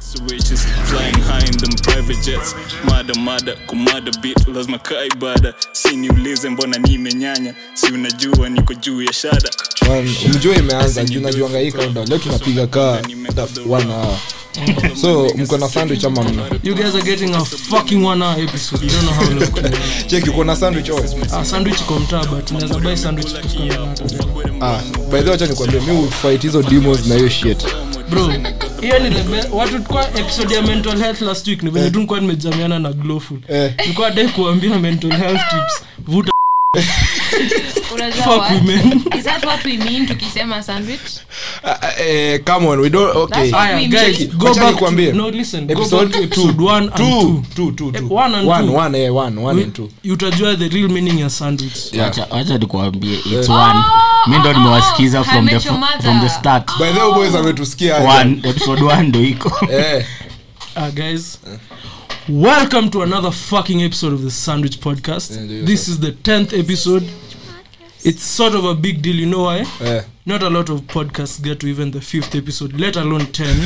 Switches flying high in them private jets mada mada kumada bit lazima kaa ibada si niulize mbona nimenyanya si unajua niko juu ya shada mjua imeanza juu najuanga hii kaunda leo tunapiga kaa one hour so mko na sandwich ama mna You guys are getting a fucking one hour episode. You don't know how long. cheki uko na sandwich oh. Ah, sandwich iko mtaa but unaweza buy sandwich kutoka na hata bro. ah, by the way acha nikwambie mi ufight hizo demos na hiyo shit Bro, hiyo ni the best. Watu kwa episode ya mental health last week ni venye tu nilikuwa nimejamiana na Glowful. eh, Nilikuwa dai kuambia mental health tips. Vuta Unajua fuck what? women. Is that what we mean tukisema sandwich? ah, ah, eh, come on we don't okay That's what Aya, we guys, mean. go Acha back nikwambie. to, no listen, go back to episode episode 1 and 2. One and two. eh, Hmm? and Utajua the real meaning ya sandwich. Wacha- wacha nikuambie its one mi ndo nimewasikiza oh, from I the met your fr- mother. from the start by the way boys ametusikia aje. One, episode one ndo iko eh Ah, guys. Welcome to another fucking episode of the Sandwich Podcast. Yeah, do this is the 10th episode. It's sort of a big deal, you know why? eh Not a lot of podcasts get to even the 5th episode, let alone 10,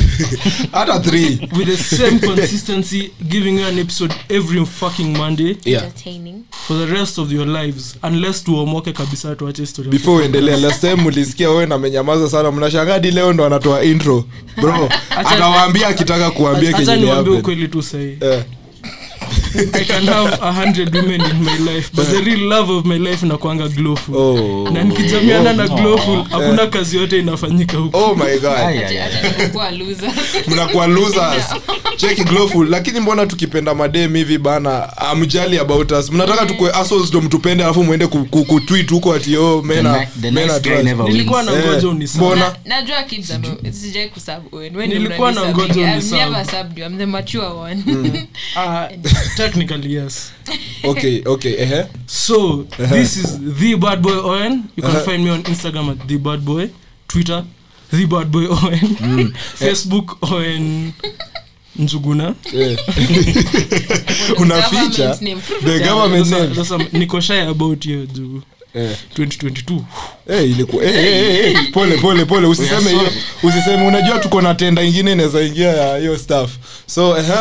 hata three with the same consistency, giving you an episode every fucking Monday yeah Entertaining. for the rest of your lives, unless tuomoke kabisa tuache story. before uendelee last time mulisikia wewe na amenyamaza sana mnashangaa hadi leo ndo anatoa intro bro anawaambia akitaka kuambia Acha niwaambie kenye ukweli tu sahi. eh I can have a hundred women in my life, but the real love of my life inakwanga glowful. oh na nikijamiana na glowful hakuna kazi yote inafanyika huko Eh. oh my god Aya, aya. Kuwa loser. mnakuwa losers cheki glowful lakini mbona tukipenda madem hivi bana amjali about us mnataka tukue assholes ndo mtupende alafu mwende ku- ku- kutweet huko ati oh mena The nice guy never wins. nilikuwa na Eh. ngoja unisame mbona najua kids ame- sijai kusub Owen. Wewe Nilikuwa ndio na unanisub ngoja mingi. unisub. I've never subbed you. I'm the mature one. Ah, technically yes okay okay ehe so Eh. this is the bad boy owen you can Uh-huh. find me on instagram at the bad boy twitter the bad boy owen Mm. Eh. facebook owen njuguna Eh. Government unaficha name. the government name Sasa- sasa niko shy about hiyo juu Eh. 2022 Eh, ilikuwa eh, eh, eh, eh, pole pole pole usiseme hiyo usiseme unajua tuko na tenda ingine inaweza ingia ya hiyo staff so ehe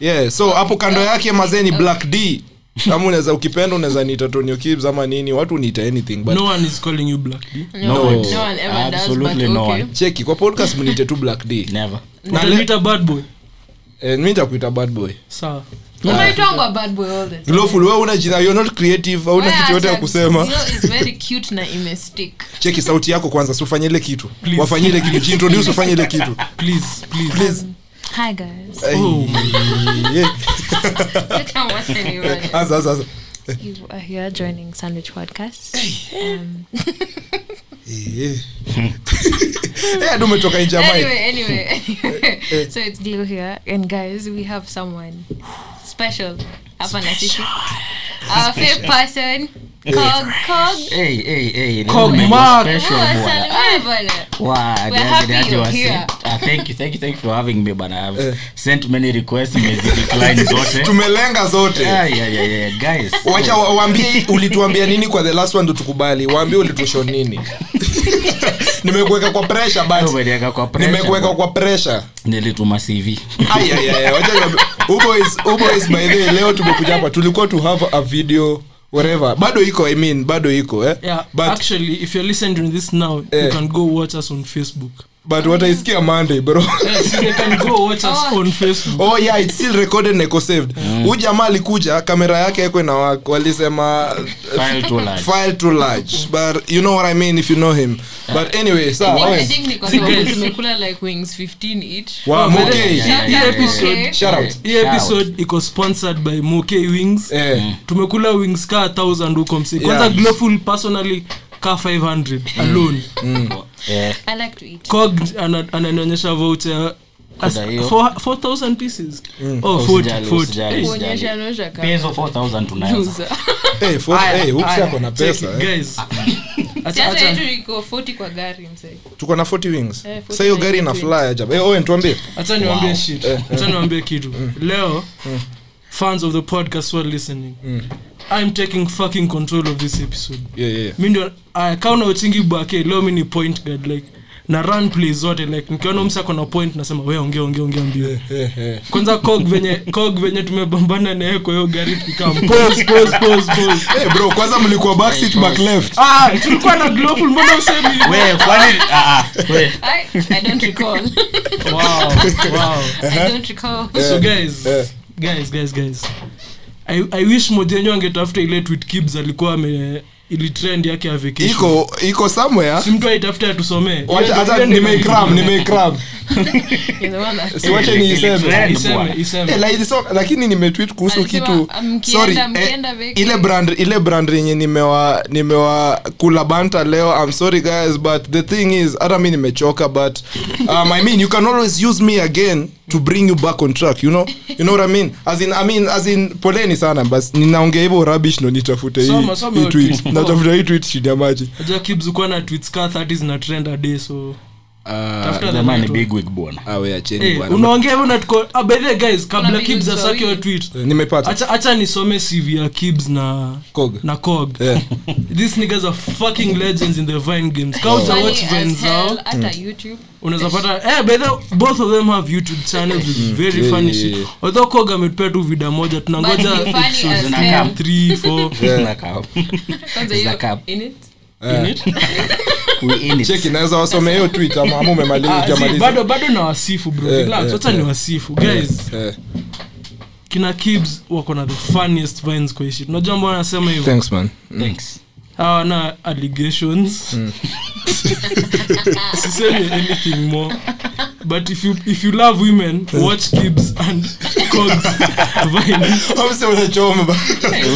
yeah so hapo kando yake mazeni black d kama unaweza ukipenda unaweza niita tonio kibs ama nini watu niita anything but no one is calling you black D. No No one- one. no one ever does, Absolutely but no okay. one. cheki kwa podcast mniite tu black d Never. Na le- Utaniita bad boy eh, mi nitakuita bad boy sawa Unaitwangwa bad boy all the time. glowful wewe una jina you're not creative hauna Wewe kitu yote ya hata- kusema Hiyo is very cute na imestick. cheki sauti yako kwanza sufanye ile kitu Please. wafanye ile kitu jiintroduce ufanye ile kitu please please, please Hi guys. Oh, yeah. Tell what anyone. anza anza anza You are here joining Sandwich Podcast. Um, hadi umetoka Eh. nje ya mic. anyway, anyway, anyway. so it's Glue here, and guys, we have someone special. Hapa na sisi. Our Uh, fifth person, Cog Cog. Hey, hey, hey, Kog this is my Mark. special Oh, bwana. salimia bwana. Wow, niaje, happy niaje you're wasi. here. Ah, thank you, thank you, thank you for having me bana. I've sent many requests, nimezidecline zote. tumelenga Ah, zote yeah, yeah, yeah, guys. wacha wa- waambie ulituambia nini kwa the last one ndo tukubali waambie ulitusho nini nimekuweka kwa pressure Leo but umeniweka kwa pressure. nimekuweka kwa pressure Nilituma CV. Ai, ai, ai, wacha niwaambie. Who boys- who boys, by the way, leo tumekuja hapa tulikuwa to have a video whatever bado iko i mean bado iko eh yeah but actually if you're listening to this now Eh. you can go watch us on facebook but wataisikia monday bro yes, they can go watch us on Facebook. oh yeah it's still recorded na iko saved Mm. huu jamaa alikuja kamera yake ekwe na wako walisema uh, File too large. file too large but you know what i mean if you know him but anyway saa, I Owen. think ni kwa See, sababu guys. tumekula like wings 15 each. Wow, Oh, Moke. yeah, yeah, yeah, Hii yeah, episode, yeah. Shout out. hii episode iko sponsored by Moke Wings. Eh, Mm. Tumekula wings ka 1000 huko msi. Kwanza Yeah. Mm. Glowful personally ka 500 alone. Eh, I like to eat. Cog ana- ananionyesha voucher as- Kuna hiyo. for- 4000 pieces. Mm. Oh, 40, Usijali, 40. usijali, Eh, usijali. Kuonyesha nosha kama. Peso 4,000 tunaanza. Loser. eh, for- eh, hoops yako na check pesa it, eh. guys. Si Acha- hata acha- yetu iko 40 kwa gari mzee. tuko na 40 wings Eh, 40 sa hiyo gari ina wings. fly ajab eh, Owen, tuambie acha niwambie shit acha niwambie kitu Mm. leo fans of the podcast who are listening Mm. i'm taking fucking control of this episode yeah, yeah. mi ndio aya, ka unaochingi bake leo mi ni point guard like na run plays zote like nikiona msa kona point nasema we ongea ongea ongea mbio Eh, eh. kwanza cog venye cog venye tumebambana naye kwa hiyo gari tukikaa pause pause pause pause Eh, bro kwanza mlikuwa backseat back left ah tulikuwa na glowful mbona usemi Eh, we kwani ah, ah, we I, I don't recall. wow wow I don't recall. so guys Eh. guys guys guys i, I wish mojenyo angetafuta ile tweet kibs alikuwa ame ili trend yake ya vacation iko iko somewhere si mtu aitafute atusomee Wacha- hata nimeikram nimeikram Eh, You're the one that- siwache niiseme Trend, iseme bwana. Eh, iseme like, so, lakini nimetwit kuhusu Alikuwa, kitu ah, mkienda- sorry mkienda eh, vacation. ile brand ile brand yenye nimewa nimewa kula banta leo i'm sorry guys but the thing is hata mi nimechoka but um, i mean you can always use me again to bring you back on track you know you know what i mean as in i mean as in poleni sana bas ninaongea hivyo rubbish ndo nitafute hii Soma, soma hii hiyo tweet tweet. natafuta hii tweet chini ya maji aja kibs ukuwa na tweets ka 30 zina trend a day so Tafuta the man Uh, ni tu. big wig bwana ah we acheni Eh, bwana unaongea hivyo na tuko ah, by the way, guys kabla Kuna kibs views asake wa wawili. tweet nimepata acha acha nisome cv ya kibs na Kog. na cog Eh. these niggas are fucking legends in the vine games Ka uta Funny watch as vines hell, zao hata YouTube. unaweza pata eh, by the way, both of them have youtube channels with very Mm, Yeah, funny yeah, shit yeah. although cog ametupea tu vida moja But tunangoja ni funny as Zina hell. come. 3 4 Nakaa. Kwanza hiyo, Zaka. in it. We in it. cheki naweza wasome hiyo tweet ama ama umemaliza Ah, see, hujamaliza bado bado na wasifu bro Eh, relax eh, acha ni wasifu guys eh, kina kibs wako na the funniest vines kwa ishi unajua mbona anasema hivyo thanks man Thanks. hawa na allegations Hmm. sisemi anything more but if you, if you love women Eh. watch kibs and cogs vines Obviously unachoma ba-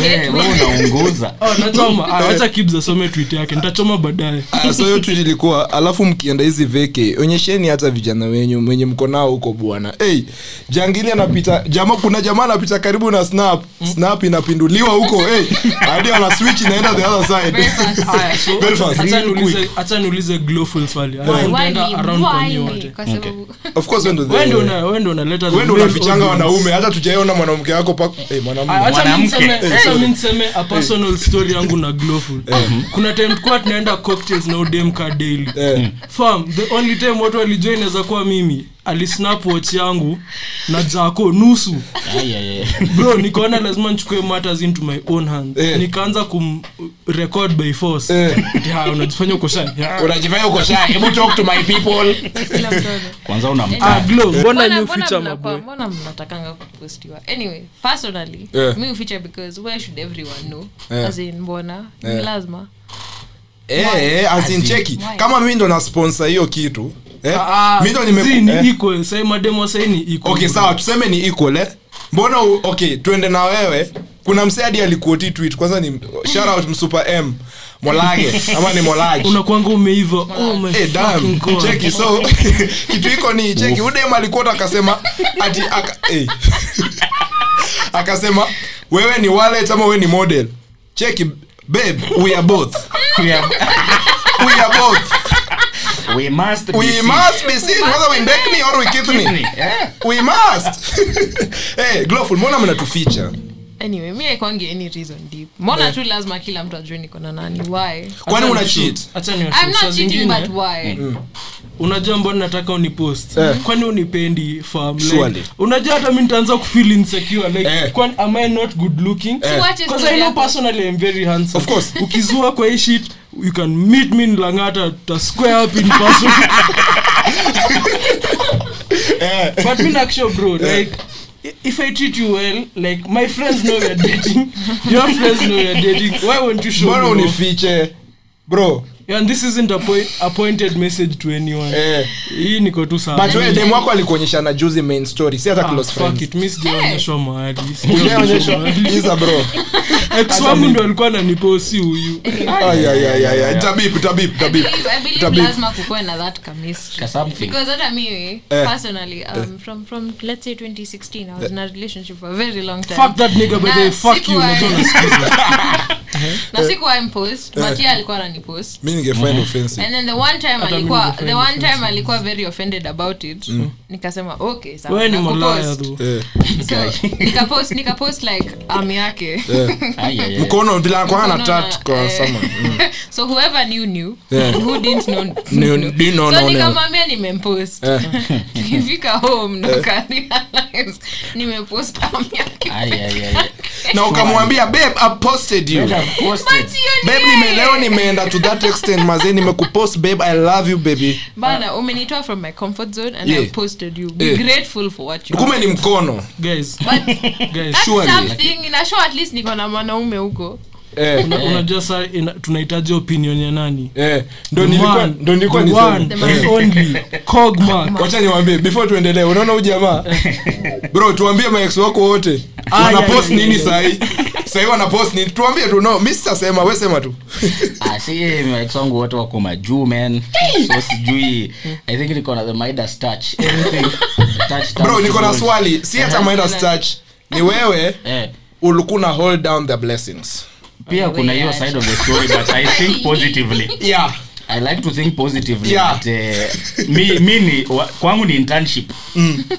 We- we unaunguza oh, nachoma Ah, Eh. wacha kibs asome tweet yake nitachoma baadaye Ah, so hiyo tu ilikuwa alafu mkienda hizi veke onyesheni hata vijana wenyu mwenye mko nao huko bwana hey, jangili anapita jama kuna jamaa anapita karibu na snap snap inapinduliwa huko hey, hadi ana switch inaenda the other side Very fast. Aya, so, Very fast, acha real niulize- quick. acha niulize glowful swali Alafu Why nitaenda me? around kwa Why nyie me? wote. Kwa sababu- of course wewe ndo the- Wewe ndio una- wewe ndio unaleta the Eh. wewe ndio main unafichanga audience. wanaume hata tujaona mwanamke wako pa eh, hey, mwanamume Ah, acha mi Mwanamke. niseme- Eh. acha mi niseme a personal story yangu na glowful Mm. kuna time tukuwa tunaenda cocktails na udemka daily Eh. fam the only time watu walijua inaweza kuwa mimi alisnap watch yangu na jako nusu Ay, ay, ay. bro nikaona lazima nichukue matters into my own hands Eh. nikaanza kum record by force Eh. Ati, "Ah, unajifanya uko shy." Ah, unajifanya uko shy hebu talk to my people kila mtoto. kwanza ah, unamtaa glow Eh. mbona Mbona- ni mbona uficha mnakwa- maboy mbona mnatakanga kupostiwa anyway personally Yeah. mi uficha because where should everyone know Yeah. as in mbona Ni lazima eh eh as in cheki Why? kama mimi ndo na sponsor hiyo kitu eh Ah, mimi ndo zi, nime ni eh. equal sai mademo sai ni equal okay sawa tuseme ni equal eh? mbona u- okay tuende na wewe kuna msee hadi alikuoti tweet kwanza ni shout out msupa m molage ama ni molaji unakwanga umeiva oh my Eh, fucking damn. god cheki so kitu iko ni cheki udem alikuota akasema ati aka, eh. akasema wewe ni wallet ama wewe ni model cheki babe we are both we, are- we are both we must be we seen. must be seen whether we date me or we kiss me Yeah. we must eh glowful mbona mnatuficha anyway mi aikwangi any reason deep mbona tu lazima kila mtu ajue niko na nani why kwani Acha una ni cheat shoot. Acha ni shoot. i'm Saa not cheating zingine, Mm. but why unajua mbona nataka unipost Eh. kwani unipendi fam Surely. like, unajua hata mi nitaanza kufeel insecure like Eh. kwani am i not good looking So wache Because story I know yako. personally I'm very handsome. Of course. ukizua kwa hii shit you can meet me in langata tuta square up in person Eh. but me like sure bro like i- if i treat you well like my friends know we're dating your friends know we're dating why won't you show mbona me love? unifiche bro and this isn't a point, appointed message to anyone eh, hii niko tu sawa. but wewe dem wako alikuonyeshana juzi main story si hata Ah, close fuck friends it, mi Eh. sijaonyeshwa mahali, sijaonyeshwa Ujaonyeshwa. mahali. Iza bro Ex wangu ndo alikuwa ananiposi huyu Ay, ay, ay, ay, ay. Tabibu, tabibu, tabibu. Please, I believe Tabibu. lazima kukuwe na that chemistry. Ka something. Because hata mimi, Eh. personally, um, from- from, let's say 2016, I was in a relationship for a very long time. Fuck that nigga, by the way, Na fuck you, sikuwa- unajua unasikiza. na sikuwa imposed but yeye alikuwa ananipost mi ningefind offensive and then the one time Hata mimi alikuwa ningefanya the one time alikuwa very offended about it nikasema okay sawa, Wewe ni nakupost." malaya tu Eh, So, nikapost nikapost like ami yake eh. Ai, ai, ai. mkono vile anakuwa Mkono na na- tat kwa eh. someone Mm. so whoever knew knew Yeah. who didn't know Knew- didn't know, so know, nikamwambia nimempost Eh. nikifika home ndo karealize nimepost ami yake Ai, ai, ai, ai. na ukamwambia babe I posted you Better post it. But you babe knew nime- it. leo nimeenda to that extent mazee nimekupost babe i love you baby bana umenitoa from my comfort zone and Yeah. i posted you be Yeah. grateful for what you did. kumbe ni mkono guys but guys that's Surely. something inashow at least niko na mwanaume huko eh. una- unajua saa ina- tunahitaji opinion ya nani Eh, ndo nilikuwa One, ndo nilikuwa the niseme. Eh. one The and man. only Kogma. wacha niwambie before tuendelee unaona huu jamaa bro tuambie maex wako wote Ah, wanapost yeah, yeah, nini yeah. sahii sahii wanapost nini tuambie tu no mi sitasema we sema tu Ah, si, eh, mic wangu wote wako majuu man so sijui i think niko na the midas touch everything touch touch bro niko na gold. swali si hata maenda stach ni wewe eh ulikuna hold down the blessings pia kuna hiyo side of the story but i think positively yeah i like to think positively Yeah. that, eh, mi, mi ni wa, kwangu ni internship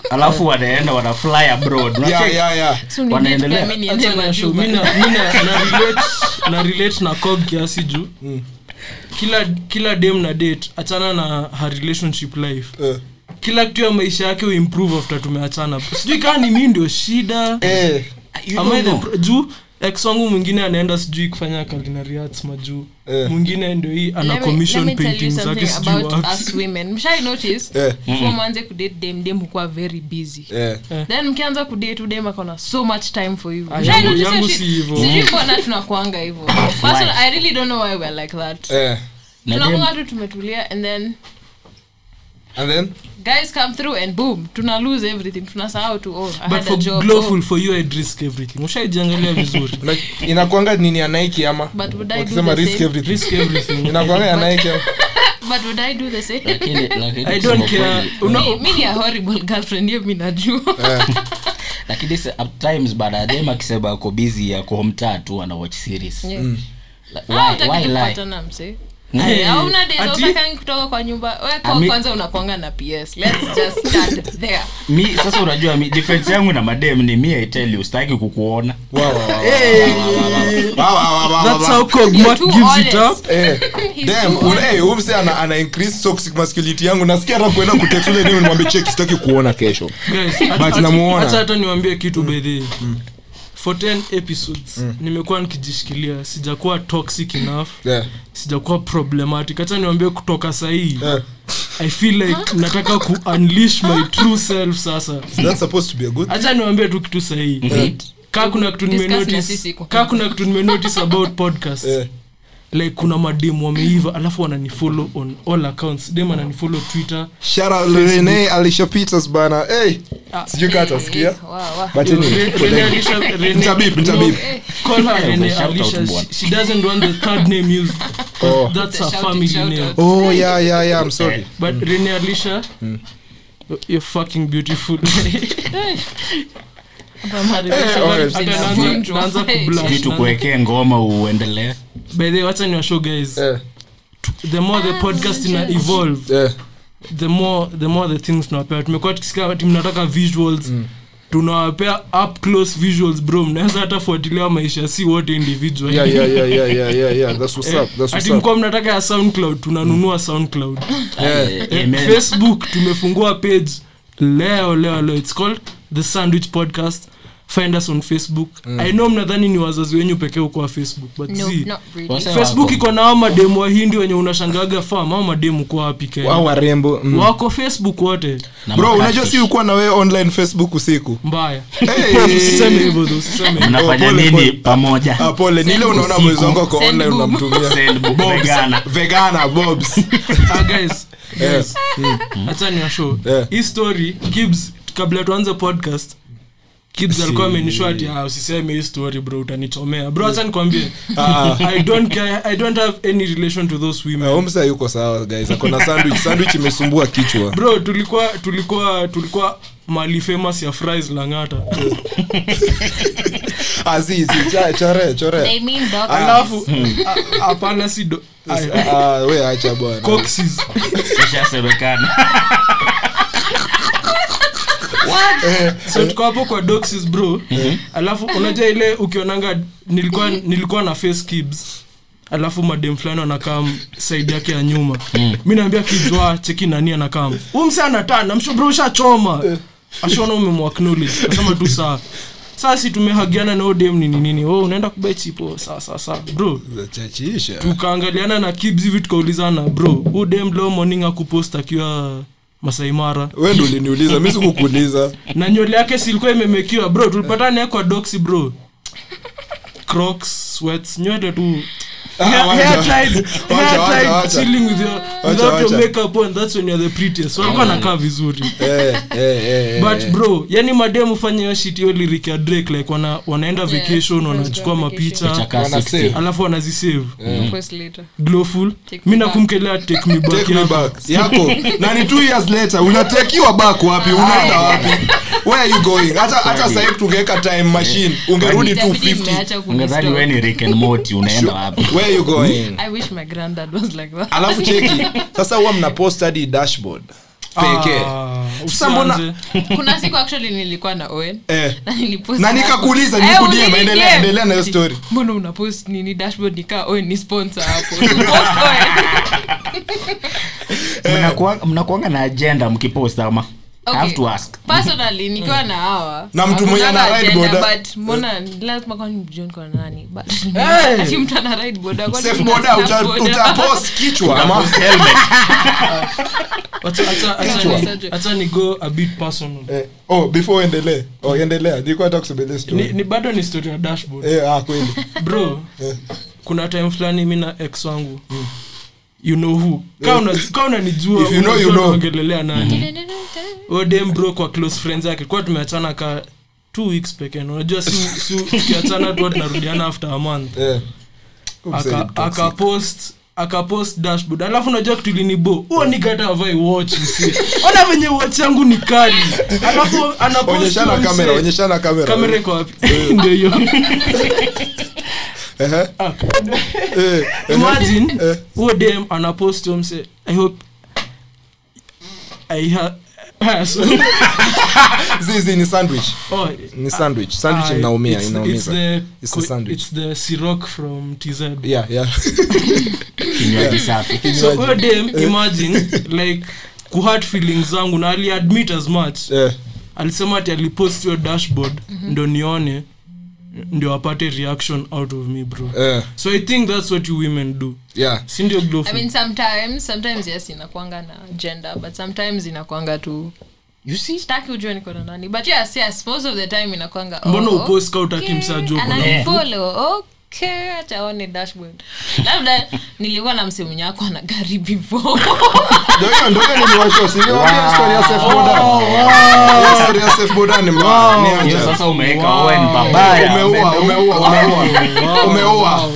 alafu wanaenda wana fly abroad Unacheki? Mm. yeah yeah yeah So ni Wanaendelea. mimi niende Acha na show. Majuba. Mi na- mi na- na relate- na relate na cog kiasi juu Mm. kila kila dem na date achana na her relationship life Eh. kila kitu ya maisha yake uimprove after tumeachana sijui kaa ni mi ndio shida eh You Am I don't the know. pro- juu ex wangu mwingine anaenda sijui kufanya culinary arts majuu Eh. mwingine ndio hii ana Let me- let commission me tell you painting something zake sijui about wapi. us women. Mshai notice? Eh. Before mwanze kudate dem, dem hukuwa very busy. eh Then mkianza kudate udem akona so much time for you. Ah, Mshai yangu- notice yangu hiyo si shit? hivyo. Sijui mbona tunakuanga hivyo. Personally, I really don't know why we're like that. eh Na Tunakuanga tu tumetulia and then and then guys come through and boom, tuna lose everything. Tunasahau tu, oh, I but had a for job, glowful oh, for you I'd risk everything ushaijiangalia vizuri Una- inakuanga nini ya nike ama but would I do wakisema the risk same? everything risk everything inakuanga ya nike ama? But would I do the same? lakini- lakini I kusema don't care. kweli, Una- Mi- mi ni a horrible girlfriend, hiyo mi najua. lakini sa- at times baada ya dem akisema ako busy ako mtaa tu ana watch series Yeah. Mm. Like, Ah, why- hutaki Ah, why lie? kupatana, mse. Eh, Hauna days ati- hutakangi kutoka kwa nyumba We kwa Ami- kwanza unakwanga na ps Let's just start there. mi sasa unajua mi difference yangu na madem ni mi I tell you sitaki kukuona Wa, wa, wa, wa, wa, wa, wa, wa, wa, wa, wa. that's how You're Kogma too gives it honest. up Eh. He's Damn, too una- eh, huyu mse ana, ana increase toxic masculinity yangu nasikia hata kuenda kutetule nini nimwambie cheki sitaki kuona kesho guys But namuona. Mm. hata hata niwambie kitu bedhee for 10 episodes nimekuwa nikijishikilia sijakuwa toxic enough yeah. sijakuwa problematic hata niwambie kutoka sahii yeah. i feel like nataka ku unleash my true self sasa That's supposed to be a good hata niwambie tu kitu sahii Mm-hmm. kaa kuna kitu Discuss na nimenotice- sisi kwa- kaa kuna kitu nimenotice about podcast Eh. like kuna mademu wameiva alafu wananifollow on all accounts dem ananifollow twitter Shout out Rene Alicia Peters bana. Hey. Ah. Sijui kama atasikia. honest. Wa- wa. But anyway, for Rene them. Alisha- Rene- Nitabip, nitabip. Eh, Call her Yeah, Rene shout out Alisha. bwana. She- she doesn't want the third name used. 'cause Oh. that's her Shout it, family shout name. out. Oh yeah yeah yeah, I'm sorry. But Rene Alisha, Hmm. you're fucking beautiful. Hapa Mario, Eh, alright. Hata Zina- naanza- Zina- naanza Hey. kublush, Sijui naanza- tukuwekee ngoma uendelee By the way, wacha niwashow guys Eh. the more the podcast ina evolve Eh. the more the more the things tunawapea tumekuwa tukisikia ati mnataka visuals Hmm. tunawapea up close visuals bro mnaweza hata fuatilia maisha si wote individual Yeah yeah yeah yeah yeah yeah yeah. That's what's up. That's what's ati up. Hmm. mkuwa mnataka ya soundcloud tunanunua soundcloud Eh. Eh, amen. facebook tumefungua page leo leo leo its called the sandwich podcast find us on facebook i know mnadhani ni wazazi wenyu pekee huko wa facebook but No, see, not really. Wasa- facebook iko na hao mademu wahindi wenye unashangaga fam au mademu kwa wapi kenya Wao warembo. mm. wako facebook wote Na Bro, makati. unajua si ulikuwa na wewe online Facebook usiku. mbaya Hey. usiseme hivyo tu usiseme mnafanya Oh, pole, nini pole. Ah, pamoja pole. Ni ile unaona usiku. mwezi wako kwa Send online boob. unamtumia. Send book, vegana. Vegana bobs. Ah, guys Eh, guys hata ni show Yeah. hii story Gibbs kabla tuanze podcast Gibbs alikuwa amenishow ati ah usiseme hii story bro utanichomea bro hata nikwambie Ah, i don't care i don't have any relation to those women Omsa yuko sawa guys. Akona sandwich. Sandwich imesumbua kichwa. bro tulikuwa tulikuwa tulikuwa mali famous ya fries langata Ah, si, si, cha- chore, chore. They mean dogs. alafu a- hapana si do- ay, Ah, we acha bwana. coxes ishasemekana Eh. so tuko hapo kwa doxes bro alafu unajua ile ukionanga nilikuwa nilikuwa na face kibs alafu madem fulani anakam saidi yake ya nyuma mi naambia kijwa cheki nani anakam huu mse anatana mshobro ushachoma ashona umemwacknowledge kasema tu saa saa si tumehagiana na huyo dem nini nini oh, unaenda kubai chipo saa saa saa bro Chachisha. tukaangaliana na kibs hivi tukaulizana bro huu dem leo morning akupost akiwa masaimara we ndo uliniuliza mi sikukuuliza na nywele yake silikuwa imemekiwa bro tulipatana naye kwa doxi bro crocs sweats nywele tu Hair- Ah, wacha. hair tied- Wacha, hair wacha, tied, wacha. chilling with your- without your wacha. makeup on, that's when you're the prettiest. walikuwa nakaa vizuri Eh, eh, eh, but bro yani mademu fanya hiyo shit hiyo lyric ya drake like wana, wanaenda vacation wanachukua mapicha Chakaa Wanasema. 60. alafu wanazisave Eh. Post later. glowful Take me mi back. nakumkelea take me back Take me yako. back. yako na ni two years later unatekiwa back wapi unaenda wapi where are you going hata hata sahii tungeweka time machine ungerudi Itabidi 250 mmeacha kuni ungedhani we stalk. ni rick and Morty, unaenda wapi where are you going I wish my granddad was like that. Ah. alafu cheki sasa huwa mnapost hadi dashboard pekee Ah, Sasa mbona- usianze. kuna siku actually nilikuwa na Owen eh na nilipost na hapo. nikakuuliza Eh, nikudie ulini maendelea DM. endelea na hiyo story mbona unapost nini dashboard nikaa Owen ni sponsor hapo Post Owen. Mnakuwa- mnakuanga na agenda mkipost ama i have Okay. to ask Mm. personally nikiwa na hawa Na mtu mwenye hakuna ana ride agenda, boda. but mbona lazima kwani mjioni kwa nani But- Hey! ati mtu ana ride boda kwani safe mna boda snap uta- boda? utapost kichwa ama Acha- acha- acha Kichwa. ni- acha ni go a bit personal Eh, oh before uendelee oh endelea nilikuwa nataka kusebelia ni, story ni bado ni story ya dashboard eh ah kweli bro kuna time fulani mi na ex wangu you know who Ka una- ka unanijua If you know, you unajua know. naongelelea Mm-hmm. nani odem bro kwa close friends yake kwa tumeachana ka two weeks pekee na unajua si, si tukiachana tu tunarudiana after a month eh Oops, I Aka- did toxic. akapost akapost dashboard alafu unajua kitu ilinibo huo ni gata avai watch msee. ona venye watch yangu ni kali alafu anapost onyeshana huo kamera msee. onyeshana Eh. kamera kamera iko wapi ndio hiyo Ehe. Eh, ehe. Ah. imagine Eh. huo dem anapost home say i hope i ha sorry. zizi ni sandwich oh, ni sandwich sandwich I- inaumia Ah, it's the- it's inaumiza the- It's a sandwich. it's the Ciroc from TZ. yeah yeah kinywaji safi so Imagine. Eh. huyo dem imagine like kuhat feelings zangu na aliadmit as much eh alisema ati alipost hiyo dashboard Mhm. ndo nione ndio apate reaction out of me bro eh so i think that's what you women do yeah sindio I mean, sometimes sometimes yes inakwanga na gender but sometimes inakwanga tu you see sitaki ujue niko na nani but yes yes most of the time inakwanga oh, mbona upost ka okay, utaki msajua ananifollow, okay, acha aone dashboard labda nilikuwa na msemu nyako ana gari before ndio hiyo ndio hiyo niliwacho si niwaambia story ya safe boda Hiyo story ya safe boda ni mbaya ni Hiyo ajabu. sasa umeweka Owen babaya umeua umeua umeua umeua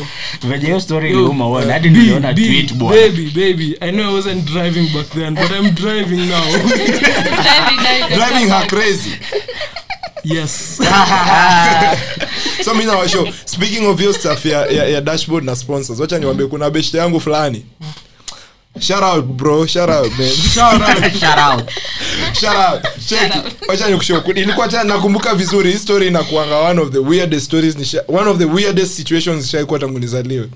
venye hiyo story Yo, iliuma Owen, hadi B, niliona B, tweet bwana baby, baby, I know I wasn't driving back then, but I'm driving now. Driving now you can driving her come back. crazy yes. so mi nawasho speaking of hiyo stuff ya, ya, ya dashboard na sponsors wacha niwambie kuna beshte yangu fulani shout out bro shout out man Shout out. Shout out. Shout out. Cheki. wacha nikushow. Kuna- ilikuwa tena nakumbuka vizuri hii story inakuanga one of the weirdest stories nisha, one of the weirdest situations nishaikuwa tangu nizaliwe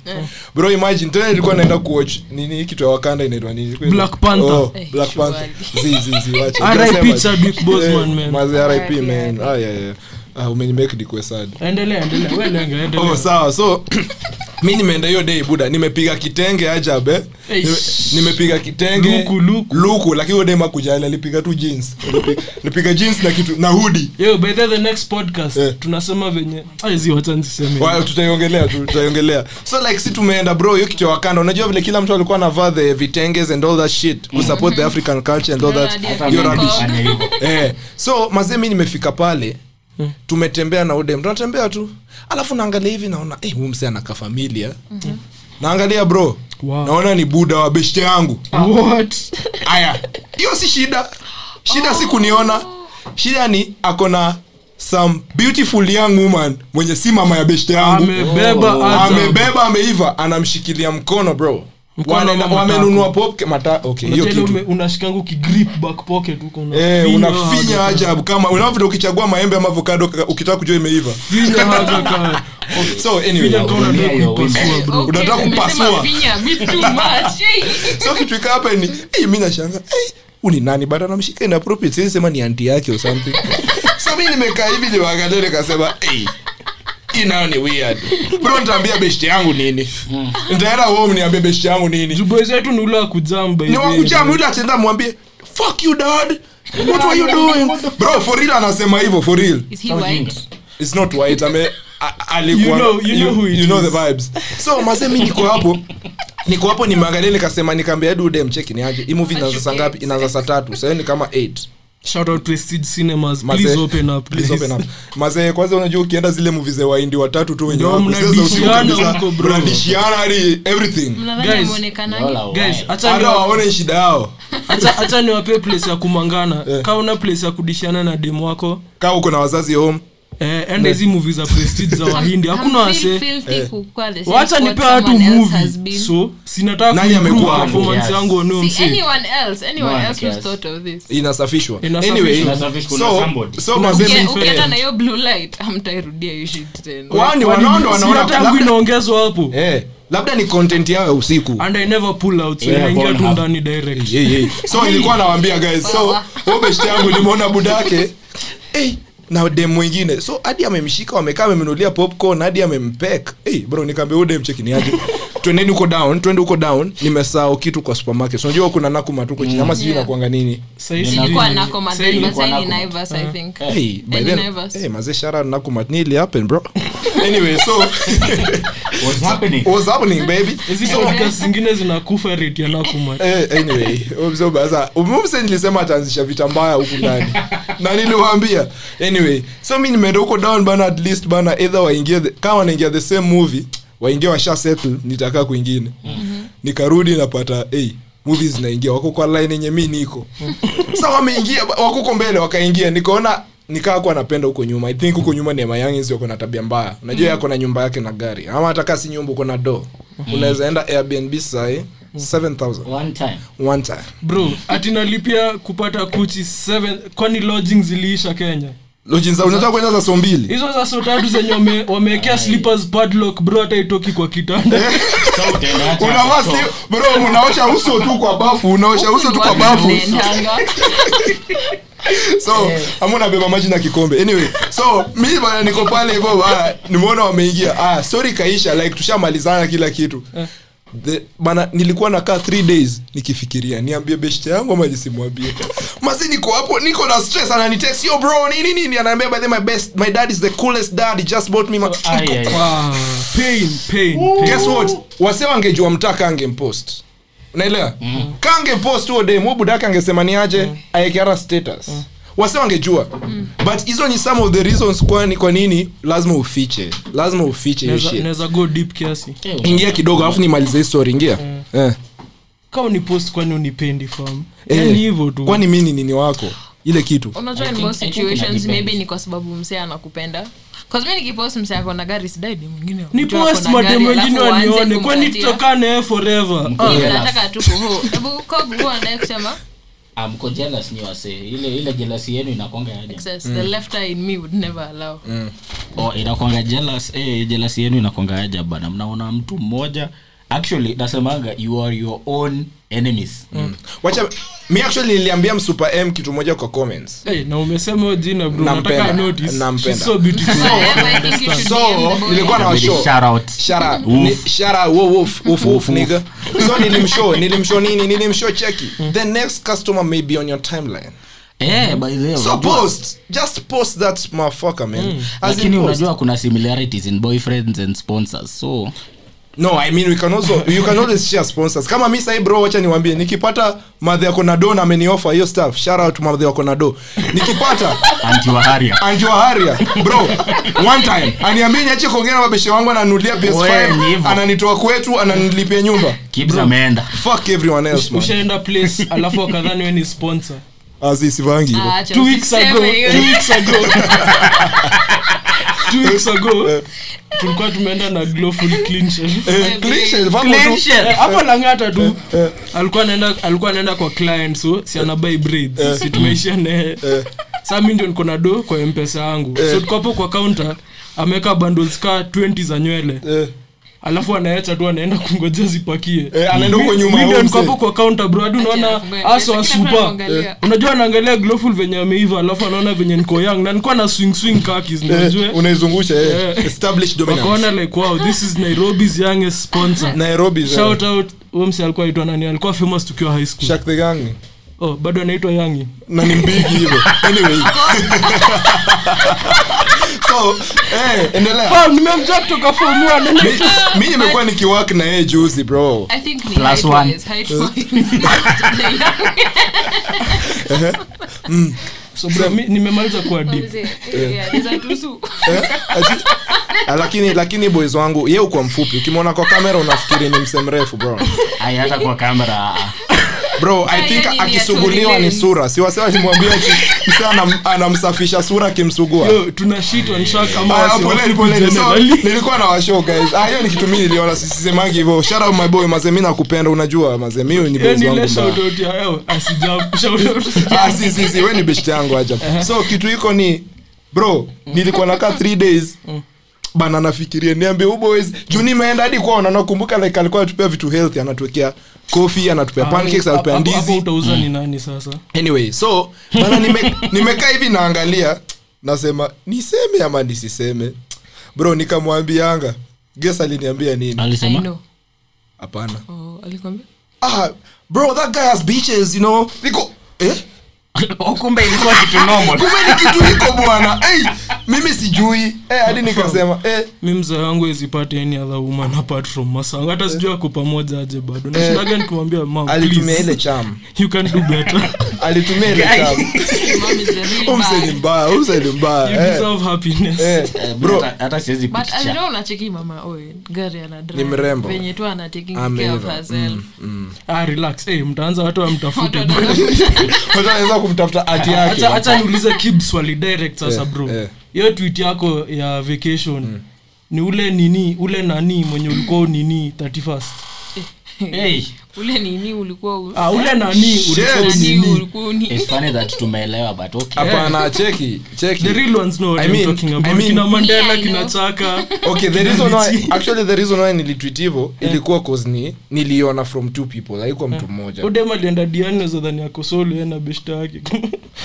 bro imagine tena ilikuwa naenda kuwatch nini hii kitu ya wakanda inaitwa nini Black Panther. oh, Eh, black shuali. panther zi zi zi wacha Eh, R.I.P. Chadwick Boseman, man. maze rip R.I.P. man ah yeah yeah ah umenimake nikwe sad Endelea, endelea. We lenga, oh, endelea. sawa so mi nimeenda hiyo dei buda nimepiga kitenge ajab eh? Eish. Nime- nimepiga kitenge Luku, luku. luku lakini huyo dema kujali alipiga tu jeans Alipi- alipiga jeans na kitu na hudi Yo, by the, the next podcast, Eh. tunasema venye. Ai, zi wacha niseme. tutaiongelea tu tutaiongelea so like si tumeenda bro hiyo kitu ya wakanda unajua vile kila mtu alikuwa anavaa the vitenges and all that shit kusupport the african culture and all that Hadi Hata You're mimi rubbish. nilifanya hivyo. eh, so mazee mi nimefika pale tumetembea na udem tunatembea tu alafu naangalia hivi naona eh, huyu msee anaka familia naangalia bro Wow. naona ni buda wa beshte yangu What? aya hiyo si shida shida si kuniona shida ni akona some beautiful young woman mwenye si mama ya beshte yangu amebeba Azam. Oh, amebeba ameiva anamshikilia mkono bro Mkono Wana- ama wamenunua pop mata okay hiyo Unajua ile kitu ume- unashikangu kigrip back pocket huko Eh, unafinya unafinya haja- ajabu kama unavyoda ukichagua maembe ama avocado ka- ukitaka kujua imeiva finya haja Oh, ka- so finya anyway kama unadai Yeah, yeah, kuipasua, yeah. bro. Unataka Okay, umesema kupasua. finya, me too much. Hey. so kitu ikaa hapa ni eh, hey, mi nashanga hey, uni nani bado anamshika inappropriate siwezi sema ni anti yake or something so mi nimekaa hivi nimeangalia nikasema hey, hii nayo ni weird bro nitaambia beshte yangu nini nitaenda home niambie beshte yangu nini Juu boys wetu ni ule wa kujam, by the ni way. wakujami yule atenda mwambie fuck you dad what were you doing bro for real anasema hivyo for real Is he white? it's not white ame a- alikuwa You know- you know who it you know is. the vibes so mase mi niko hapo niko hapo nimeangalia nikasema nikaambia dude mcheki ni aje hii movie inaanza saa ngapi inaanza saa tatu sasa ni kama 8 Shout out Prestige Cinemas, Mazee. please open up, Please please. open up. Mazee, kwanza unajua ukienda zile movie za waindi watatu tu wenye Ndio, wako, sasa mnabishiana usiku kabisa, huko, bro. mnabishiana hadi everything Mnadhani Guys, ameonekanaje? Guys, acha hata niwa- waone shida yao acha- acha niwapee place ya kumangana Eh. Kaa una place ya kudishana na demu wako kaa uko na wazazi home eh, enda hizi movie za prestige za wahindi hakuna I'm feel- wase feel thick kukuwa the same wacha what nipe watu someone else has movie been. so sinataka Nani amekuwa kuimprove hapo? performance Yes. yangu oneo See, msee anyone else, anyone No, else who's yes. thought of this? inasafishwa Inasafishwa. Anyway, Inasafishwa, kuna so- somebody. so Kuna mazee, mgeni. Ukia- fair. ukienda na hiyo blue light hamtairudia hiyo shit tena. wao ni wanao ndo wanaona sinatangu labda- inaongezwa hapo Eh, labda ni content yao ya usiku and i never pull out so Yeah, inaingia tu Pornhub. ndani direct Yeah, yeah. so nilikuwa nawambia guys so huyo beshte yangu limeona budake hey, na dem mwingine so hadi amemshika wamekaa amemnulia popcorn hadi amempek hey, bro nikaambia udem chekiniaje twendeni huko down twende huko down nimesahau kitu kwa supermarket so unajua kuna nakuma tu Mm. kuchini ama sijui Yeah. nakuanga nini Sahi Nilikuwa sijui Eh. Ilikuwa nini. Nako Madrid, Sahi but ilikuwa sahi ni Nako. Naivas, I think. Eh. Hey, by Any then, nervous? hey, mazee shara nakuma nearly happened bro anyway so What's happening? what's happening baby hizi podcast zingine zinakufa rate ya nakuma Eh, anyway umse- sasa, umse nilisema ataanzisha vita mbaya huku ndani na niliwaambia anyway so mi nimeenda huko down bana at least bana either waingie the- kama wanaingia the same movie waingie washa settle nitakaa kwingine nikarudi napata hey, movie zinaingia wako kwa line yenye mi niko sa wameingia ba- wako huko mbele wakaingia nikaona nikaa kuwa napenda huko nyuma i think huko nyuma ni mayangizi wako na tabia mbaya unajua yako na nyumba yake na gari ama hata kasi nyumba uko na do unaweza enda airbnb sai 7000 One time. one time bro ati nalipia kupata kuchi 7 kwani lodging ziliisha kenya lojinza unataka kwenda za so mbili hizo za so tatu zenye wame- wameekea slippers padlock bro hata itoki kwa kitanda So utaenda acha unavaa hapo. si- bro unaosha uso tu kwa bafu unaosha uso tu kwa bafu Mnaendanga. so ama unabeba maji na kikombe anyway so mi bana niko pale hivyo bana nimeona wameingia ah story kaisha like tushamalizana kila kitu The, bana nilikuwa nakaa three days nikifikiria niambie beshte yangu ama nisimwambie masi niko hapo niko na stress ananitext yo bro nini nini anaambia by the way, my best my dad is the coolest dad he just bought me my Ai, ai, ai. Ah, pain, pain, pain. guess what wase wangejua mtaa kangempost unaelewa mm. kangepost huo dem huo budake angesema ni aje mm. aekeara status mm wase wangejua mm. but hizo ni some of the reasons kwani kwa nini lazima ufiche lazima ufiche hiyo Naeza- shit naeza go deep kiasi ingia kidogo alafu nimalize hii story ingia eh. kama ni post kwani unipendi fam Eh. yani hivyo tu kwani mi ni nini wako ile kitu unajua I in think- most I think situations ina maybe depend. ni kwa sababu msee anakupenda kazmi nikipost msee akona gari sidaidi mwingine ni akujua ako post na gari, madem alafu wengine uanze wanione kwani kumtatia. tutakane forever Mm. Mko Ah, Mimi jealous. nataka tu kuho hebu kogu anaye kusema Ah, mko jealous ni wasee. Ile- ile jealousy yenu inakwanga yaje? excess the left eye in me would never allow Oh, inakwanga jealous eh, jealousy yenu inakwanga aja bana mnaona mtu mmoja actually nasemanga you are your own enemies Mm. wacha mi actually niliambia msupa m kitu moja kwa comments eh, na umesema hiyo jina bro Nampenda. nataka I notice Nampenda. She's so beautiful Whatever, I think you should so DM the boy. nilikuwa na Inabidi washow shout out. Shara, Woof. ni, shara, wo- woof, woof, woof, nigga. so nilimshow nilimshow nini nilimshow cheki the next customer may be on your timeline Eh, Mm-hmm. by the way, so unajua- post just post that motherfucker man as in Mm. lakini post. unajua kuna similarities in boyfriends and sponsors so no i mean we can also you can always share sponsors kama mi sahi bro wacha niwaambie nikipata madhe yako na do na ameniofa hiyo stuff shout out madhe yako na do nikipata antiwaharia anjoharia bro one time aniambie niache kuongea na mabeshe wangu ananulia Wewe ni ps5 hivyo. ananitoa kwetu ananilipia nyumba kibs ameenda fuck everyone else man ushaenda place alafu wakadhani we ni sponsor azisivangi hivo Ah, acha two weeks ago usiseme hiyo. two weeks ago two weeks ago tulikuwa tumeenda na glowful clean shelf Eh, clean sheet, vamo tu. Eh, hapo langata tu Eh, alikuwa anaenda alikuwa anaenda kwa client so si anabai Eh. braids si tumeishia naye saa mi eh. ndio niko na do kwa mpesa yangu Eh. so tuko hapo kwa counter ameweka bundles ka 20 za nywele Eh, alafu anaecha tu anaenda kungoja zipakie eh, anaenda huko Mi- nyuma mi ndio huko niko hapo mzee. kwa counter bro hadi unaona Acha, aso wa kila mtu super anaangalia. unajua anaangalia glowful venye ameiva alafu anaona venye niko young na nilikuwa na swing swing kakis Eh, najue unaizungusha eh. Eh. Established dominance. wakaona like wow this is nairobi's youngest sponsor nairobi eh. shout out wemsi alikuwa aitwa nani alikuwa famous tukiwa high school Shaq the gang oh, bado anaitwa yangi na ni mbigi hivo anyway so eh, endelea nimemjua kutoka fomwana Mi- mi nimekuwa nikiwak na yeye juzi bro I think ni Plus height one. wise, height wise. so, bro, mi- nimemaliza kuwa deep Yeah, there's a tusu. Ati- Ah, lakini lakini boys wangu ye uko mfupi ukimwona kwa kamera unafikiri ni mse mrefu bro Ai, hata kwa kamera ah, ah. bro Yaani i think yani ni akisuguliwa ni atulileni. sura siwasi alimwambia ati mse anam- anamsafisha sura akimsugua Yo, tuna shit on shark ama Ah, wasi- poleni, wafupi poleni. So, generally. nilikuwa na washow guys Ah, hiyo ni kitu mi niliona sisisemangi hivyo shout out my boy maze mi nakupenda unajua maze mi ni Yo, boys ni Yaani ile wangu mbaya. shout out ya yo, asijump, shout out asijump. Ah, si, si, si, we ni best yangu Uh-huh. aja so kitu iko ni bro nilikuwa nakaa three days Mm. bana nafikiria niambie uboys juu nimeenda hadi kwao na nakumbuka like alikuwa anatupea vitu healthy anatuwekea coffee anatupea Ah. pancakes Mm. Hapo- anatupea hapo- hapo ndizi utauza ni nani sasa anyway so bana nime- nimekaa hivi naangalia nasema niseme ama nisiseme bro nikamwambianga ges aliniambia nini I alisema know. hapana Oh, alikwambia? ah, bro that guy has beaches you know niko eh? Oh, kumbe ilikuwa kitu normal kumbe ni kitu iko bwana hey, mimi sijui Eh, hadi nikasema eh, mi mzee wangu ezipate any other woman apart from masanga Eh. hata sijui ako pamoja aje bado nashindaga nikimwambia mam alitumia ile Oh, please, cham you can do better alitumia ile cham Mom is a really umseni bad. mbaya umseni you mbaya eh, deserve happiness eh, Eh, bro hata- hata siwezi But as you kukicha know, unacheki mama oh, oe gari ana drive. Ni mrembo. venye tu ana taking care of Ameiva. herself ah relax hey, mtaanza watu Watu wamtafute bro. wanataka- watu wanaweza kumtafuta hati yake Ah, Acha- acha niulize kib swali direct sasa Eh, bro eh. hiyo tweet yako ya vacation Mm. ni ule nini ule nani mwenye ulikuwa nini 31st Hey, ule nini ulikuwa u- ah, ule nani ulikuwa Shit. nani nini ulikuwa uni- it's funny that tumeelewa but okay hapana cheki eh. the cheki real ones know I what I'm mean- talking I about mean- kina mandela Yeah, I kina know. chaka okay the reason why actually the reason why nilitweet hivyo ilikuwa cause ni niliona from two people haikuwa mtu mmoja udem alienda dianezadhani akosolu na beshta yake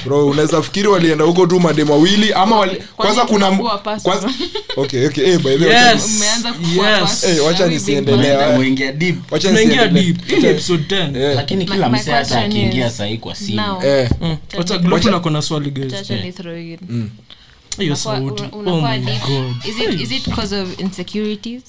bro unaweza fikiri walienda huko tu madem wawili ama wali, kwanza Kwani kuna kuwa person. kwanza okay okay eh by the way wacha- yes Umeanza kukua yes fast. eh, wacha Are we nisiendelee being eh. tumeingia deep wacha tunaingia nisiendelee. deep Hii ni episode 10 Eh, lakini My- kila my msee hata question akiingia is, sahii kwa simu now, eh. Mm. wacha glofula kona swali guys actually throw in. Mm. hiyo Unakuwa- sauti una- oh unakuwa my deep. god Is it- is it 'cause of insecurities?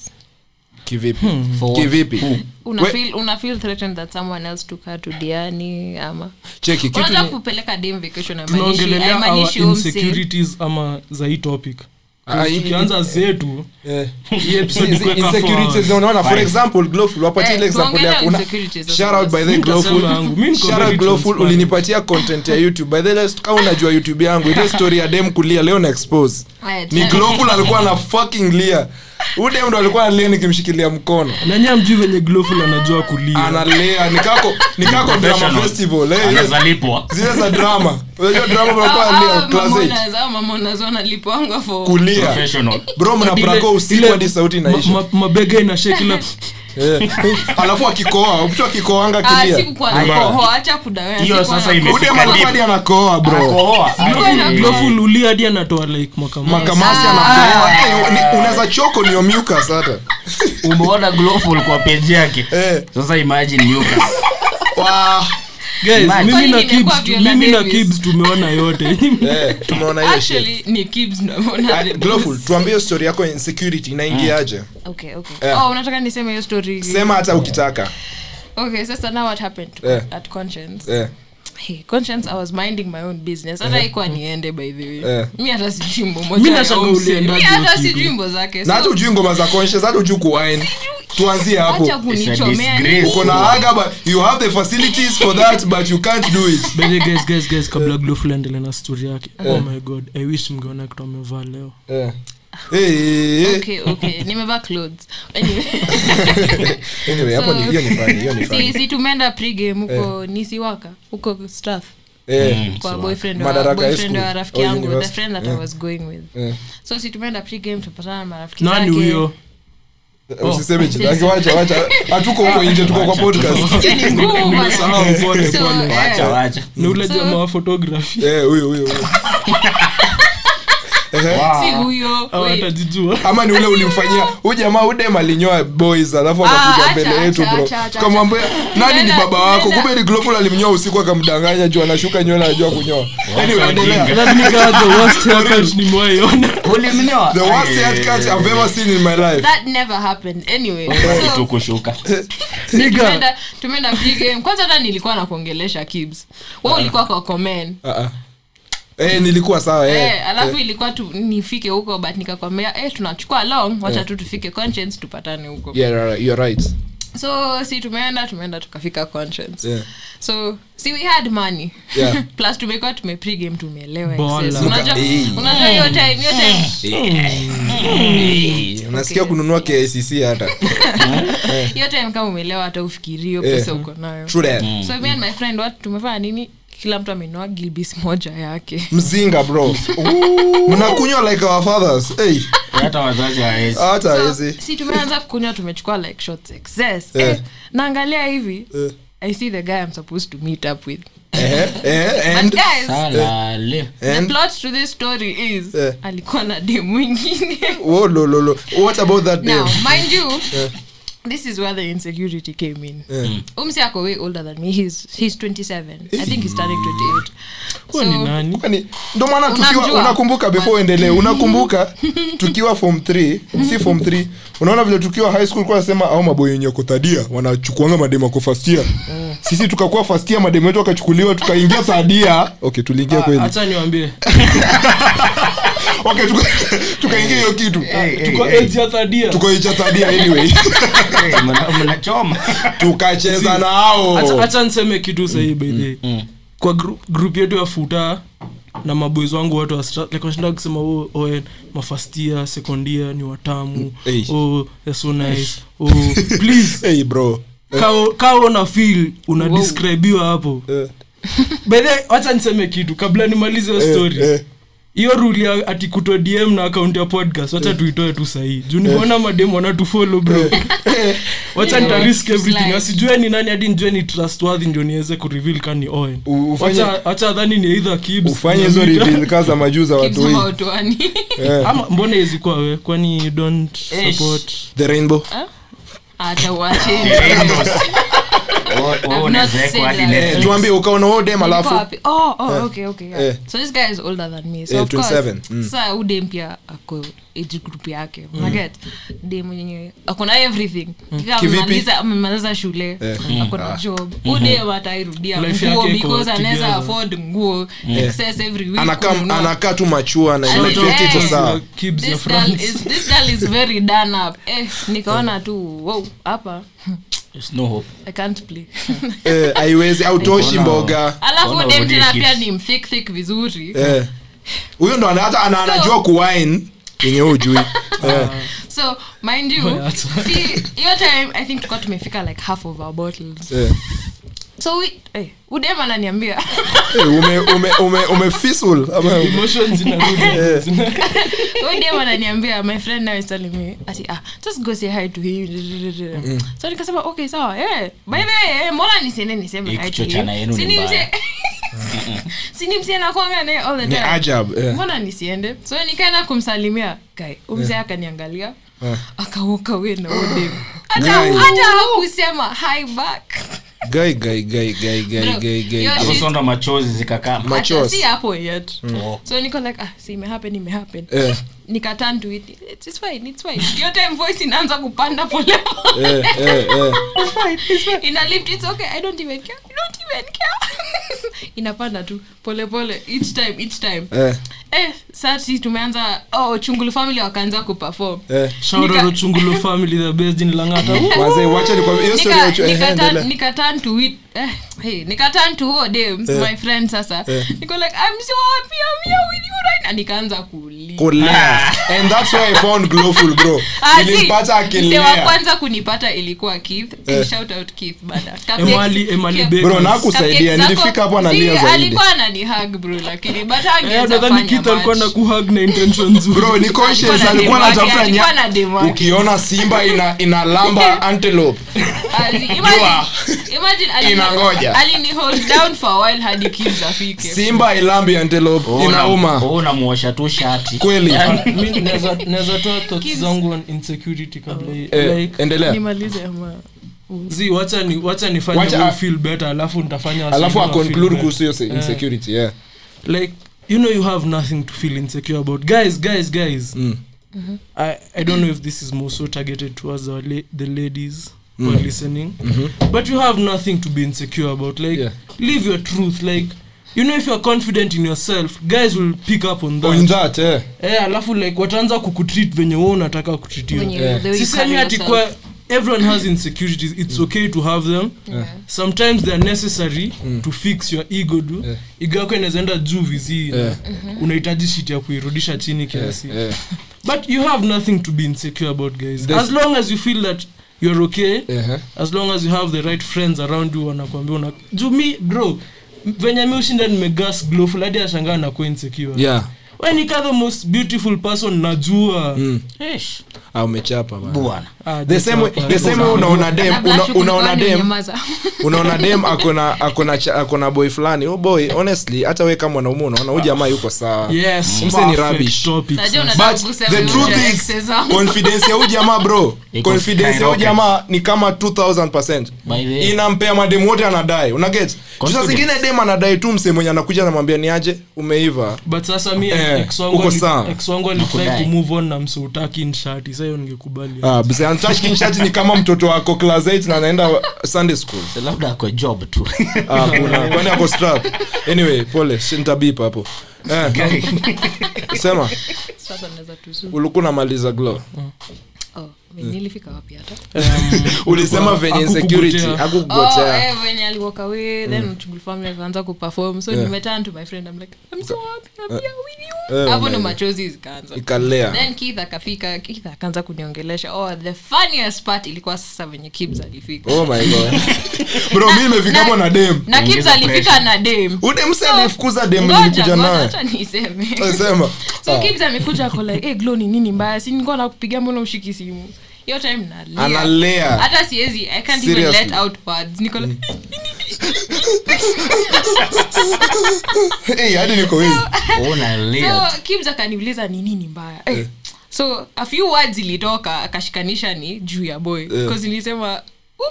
kivipi Hmm. For what? kivipi Una We- feel- una feel threatened that someone else took her to Diani, ama- cheki kitu Unajua kupeleka dem vacation haimaanishi- tunaongelelea our haimaanishi huyo msee- insecurities ama za hii topic Ah, hii- tukianza zetu eh. hii episode Hizi kuweka insecurities forward. unaona for Fine. example glowful wapatie Eh, ile example tuongelea ya kuna insecurities sasa. shout out by the Mimi nitasema yangu. Mimi glowful niko shout out very glowful transparent. ulinipatia content ya youtube by the way kama unajua youtube yangu ile story ya dem kulia leo na expose Eh, ni tena- glowful alikuwa na fucking lia udem ndo alikuwa analia nikimshikilia mkono nanya mjui venye gloful anajua Ah, kulia analia nikako nikako drama Professional. festival eh, ile- anazalipwa zile za drama unajua drama Ah, unakuwa ah, analia class eight. mamonas, ah, mamonas wanalipwanga for- kulia professional bro mnaprako usiku hadi sauti inaisha ma- ma- mabega inashekila Eh. alafu akikoa mtu akikoanga Ah, kilia sikukuwa Mbaya. nakohoa, acha kudawea, Hiyo sikuwa sasa na- ime- udem alikuwa hadi anakoa Ah, bro Anakohoa. Glowful- gloful ulia hadi anatoa like makamaka makamasi Ah. anakoa Eh, ni- unaweza choko ndio mucus hata umeona gloful kwa peji yake Eh. sasa imagine yuka Wa- guys Imagine. mimi na Kwani imekuwa Kibz tu- Viola mimi na Davis? kibs tumeona yote eh, tumeona hiyo shit. Actually, ni Kibz ndo ameona Ah, the glowful best. tuambie story yako ya insecurity inaingiaje Okay, okay. Eh. Oh, unataka niseme hiyo story sema hata ukitaka okay sasa now what happened to- Eh. at conscience eh, hey, conscience i was minding my own business hata ikuwa niende by the way Eh. mi hata sijui mbo Mi moja ya nashanga Omsi. uliendaje Mi hata usiku? sijui mbo zake na so- hata ujui ngoma za conscious hata ujui kuwine Sijui- tuanzie hapo Acha kunichomea disgrace. nini? uko na aga but you have the facilities for that but you can't do it By the way, guys, guys, guys, kabla glofula endele na stori yake oh my god i wish mngeona kitu amevaa leo Eh. Eh, eh, eh. Okay, okay. nimevaa clothes Anyway. Anyway, hapo ni- hiyo ni funny, hiyo ni funny. si, si tumeenda pregame huko nisiwaka huko staff Eh, Hmm, kwa boyfriend wa- Madaraka High boyfriend School wa rafiki au yangu the university. friend that i was going with eh. so si tumeenda pregame tupatana na marafiki nani zake. Mm. huyo Eh, Oh. usiseme jina lake, wacha wacha hatuko huko nje tuko kwa podcast Hiyo ni Yaani ngumu bana. Nimesahau, pole, So, pole. eh, wacha wacha ni ule So- jamaa wa photography eh huyo huyo huyo. Ehe. si huyo au wait. atajijua ama ni ule ulimfanyia huyu jamaa udem alinyoa boys alafu Ah, anakuja acha, mbele acha, yetu bro acha, acha, tukamwambia nani ni Tunaenda- baba wako tunaenda- kumbe ni gloful alimnyoa usiku akamdanganya juu anashuka nywele anajua kunyoa anyway endelea Let me guess, the worst haircut nimewaiona ulimnyoa the worst haircut i've ever seen in my life that never happened anyway Oh, Eh. Basi Eh, tu so, kushuka si tumeenda tumeenda pregame kwanza hata nilikuwa nakuongelesha kibs wa ulikuwa kwa komen Ah, ah. eh nilikuwa sawa eh Eh, alafu ilikuwa tu nifike huko but nikakwambia eh, tunachukua long wacha tu tufike conscience tupatane huko Eh. yeah you're right, you're right so si tumeenda tumeenda tukafika conscience yeah so si we had money Yeah. plus tumekuwa tumepregame tumeelewa Bala. excess. Unajua- Eh. unajua hiyo time hiyo time unasikia kununua KICC hata hiyo time kama umeelewa hata ufikiri hiyo Eh. pesa uko nayo true that so me and my friend watu tumefanya nini kila mtu amenoa gilbis moja yake mzinga bro mnakunywa like our fathers hey hata wazazi hawawezi hata So, hawezi si tumeanza kunywa tumechukua like shots excess Eh. eh, naangalia hivi Eh. i see the guy i'm supposed to meet up with eh eh but and guys Eh. salale the and plot to this story is Eh. alikuwa na dem mwingine Whoa, oh, lo, lo, lo. What about that now name? mind you Yeah. this is where the insecurity came in Yeah. umsi ako way older than me he's, he's 27 i think he's turning 28 Huyo ni nani Kwani, ndo maana tukiwa Unamjua? unakumbuka before uendelee unakumbuka tukiwa form 3 si form 3 unaona vile tukiwa high school kwa nasema au maboy wenye wako third year wanachukuanga mademo ako first year sisi tukakuwa first year mademo wetu wakachukuliwa tukaingia third year okay tuliingia kweli hacha niwambie okay tuka- tukaingia hiyo kitu tuko age ya thadia tukaingia third year anyway Eh, mnachoma tukacheza nao hacha niseme kitu sahii baidhi Mm, kwa gru- group yetu ya futa na maboys wangu watu washinda wakisema "Oh, oh, eh, mafastia sekondia ni watamu Mm, Hey. oh, they're so nice oh, please hey bro kao- kao na fil unadescribiwa hapo Eh, bedhe wacha niseme kitu kabla nimalize hiyo eh, story eh. hiyo ruli ya ati kuto dm na akaunti ya podcast Eh. wacha tuitoe tu sahii juu nimeona madem wanatufolo bro Eh. wacha nitarisk everything Slide. asijue ni nani hadi nijue ni trustworthy ndio niweze kureveal ka ni oen U- ufanye- Wacha- wacha dhani ni either Kibz, ufanye hizo Nyamita. reveal kaa za majuu za watu wengi kimsomautuani Eh. ama mbona izikuwa we kwani you don't Eish. support the rainbow atauacheni Eh, tuambie ukaona huo dem Nilikuwa alafu wapi? Oh, oh, okay, okay, yeah. Eh. So this guy is older than me. So Eh, of course, 27, mm. sasa huyu dem pia ako age group yake. Unaget? Dem mwenye ako na everything. Kika Mm. Kivipi? amemaliza- amemaliza shule, Eh. ako na job. Huyu dem atairudia Ah. Mm-hmm. Life nguo yake iko because anaweza together. afford nguo, Mm. excess every week anakaa kununua. anakaa tu machua na Mtoto inaifia eh. kitu sawa Kibz ya This girl France. is- this girl is very done up. Eh, nikaona tu wow, hapa I can't play. Eh, haiwezi au toshi Mbona- mboga Alafu Ona dem tena urudie pia kids. ni mthick thick vizuri. Eh. huyo ndo ana- hata ana- anajua kuwine yenye huu ujui Eh, so mind you Oya, acha. see hiyo time i think tukuwa tumefika like half of our bottles eh. so we eh, udem ananiambia Eh, ume- ume- ume- umefisul ama Emotions zinarudi. Zina- udem ananiambia my friend now is telling me ati ah just go say hi to him Mm. so nikasema okay sawa eh by the way eh, mbona nisiende niseme Hii hi to kuchochana him yenu ni Sini mbaya. mse- sini msie nakwanga naye all the ni time ajab eh. mbona nisiende so nikaenda kumsalimia kai umzee akaniangalia Eh. akauka we na udem hata Guy. hata hakusema hi back Guy, guy, guy, guy, guy, Bro, guy, guy, yo, guy. she- sonda machozi zikakaa Machos. Hata si hapo yet so niko like ah, si imehappen imehappen Eh. nikaturn to it "It's- it's fine it's fine your time voice inaanza kupanda pole pole Eh, eh, eh. ina lift it's okay i don't even care I don't even care inapanda tu polepole pole, each time each time Eh, eh, sasi tumeanza oh, chungulu family wakaanza kuperform eh. Shout out Nika- Ochungulu family, the best in Lang'ata. Woo! Wazee, wacha nikwambie, hiyo story ya uchu- eh, endelea. nikatan to it eh, hey, nikatan to huo dem Eh. my friend sasa Eh. niko like i'm so happy i'm here with you right now nikaanza kulia kulea and that's why i found glowful bro Ah, si, nilimpata msee wa akilea kwanza kunipata ilikuwa Keith. Eh, Eh. shout out Keith bana. Emali- Cupcakes- Emali cup- Baker. bro nakusaidia cupcakes zako- nilifika hapo si, analia zaidi alikuwa ananihug bro lakini but hangeweza Eh, nadhani fanya Keith alikuwa much. na kuhug na intention nzuri. bro ni conscious Alikuwa na alikuwa demu anatafuta yake, alikuwa na nya demu yake. ukiona simba ina inalamba antelope Azi, Jua. Ah, imagine- imagine alini- Inangoja. alini hold down for a while hadi Keith afike. simba ilambi antelope inauma unamuosha tu shati kweli Ah, Mi naweza- naweza toa thoughts Kids. zangu on insecurity kabla hii. Eh, Like, endelea Nimalize ama- zi, wacha ni- wacha nifanye Wacha wewe a- feel better, alafu nitafanya wasee alafu wa feel aconclude better. kuhusu hiyo se- Eh. insecurity yeah like you know you have nothing to feel insecure about guys guys guys Mm. I, I don't know if this is more so targeted towards our la- the ladies who Mm. are listening but you have nothing to be insecure about like Mm-hmm. Yeah. live your truth like you know if you're confident in yourself guys will pick up on that, on that eh Eh, alafu like wataanza kukutreat venye wewe unataka kutreatiwa When you- Eh. the way you sisemi carry ati yourself. kwa everyone has insecurities it's Mm. okay to have them sometimes they're necessary to fix your ego do Mm. Yeah. ego yako inawezaenda juu vizii Yeah. Mm-hmm. unahitaji shit ya kuirudisha chini kiasi eh but you have nothing to be insecure about guys That's- as long as you feel that you're okay eh as long as you have the right friends around you wanakuambia una juu mi bro venye mi ushinda nimegas glowful hadi ashangaa nakuwa insecure yeah we nika the most beautiful person najua Mm. Eish. Ah, umechapa bana. bwana Ah, the that's same way- happened. the same way unaona dem Na Black una- Shoe kulikuwa unaona dem ananyamaza. unaona dem akona akona cha- akona boy fulani oh boy honestly hata we kama mwanaume unaona huyu jamaa yuko sawa Yes, Mse ni perfect rubbish. topic, Najua sir. unataka but kugusa the viungo truth vya is exes wangu. confidence ya huyu jamaa bro Iko confidence ya huyu skyrocket. jamaa ni kama 2000 By the way. inampea mademu wote anadai unaget saa Confidence. zingine dem anadai tu mse mwenye anakuja anamwambia ni aje umeiva but sasa mi Eh, ex wangu uko ali- sawa. ex wangu alitrai Nakudai. kumove on na mseutaki nshati sahiyo ningekubali Ah, mse anatouch kinshati ni kama mtoto wako class 8 na anaenda sunday school So labda ako job tu Ah, kuna- kwani ako strap anyway pole si nitabip hapo eh, sema Sasa naweza tuzu. ulikuwa unamaliza glow Mm. Oh, nilifika wapi hata ulisema venye insecurity Hakukugotea. Oh, akukugotea eh, when I walk away, then Chungulu family wakaanza kuperform. So Mm. Yeah. nimeturn to my friend, I'm like, I'm so happy, I'm here with you. Eh, Hapo ndo unaelewa. machozi zikaanza. ikalea Then Keith akafika, Keith akaanza kuniongelesha. Oh, the funniest part ilikuwa sasa venye Kibz alifika. oh my god bro mi imefika hapo na dem Na Kibz Ongeza alifika pressure. na dem. ude mse So, alifukuza dem Ngoja, nilikuja ngoja, naye Oh, Eh, acha niseme. sema Ah. So Kibz amekuja ako like, "Eh, Glow ni nini mbaya? Si nilikuwa nakupigia mbona ushiki simu?" Hiyo time nalia. analea hata siwezi i can't even Seriously. Mm. let out words niko like, Eh, hadi niko hivi unalia so kibs akaniuliza ni nini mbaya Eh, so a few words ilitoka akashikanisha ni juu ya boy bcause nilisema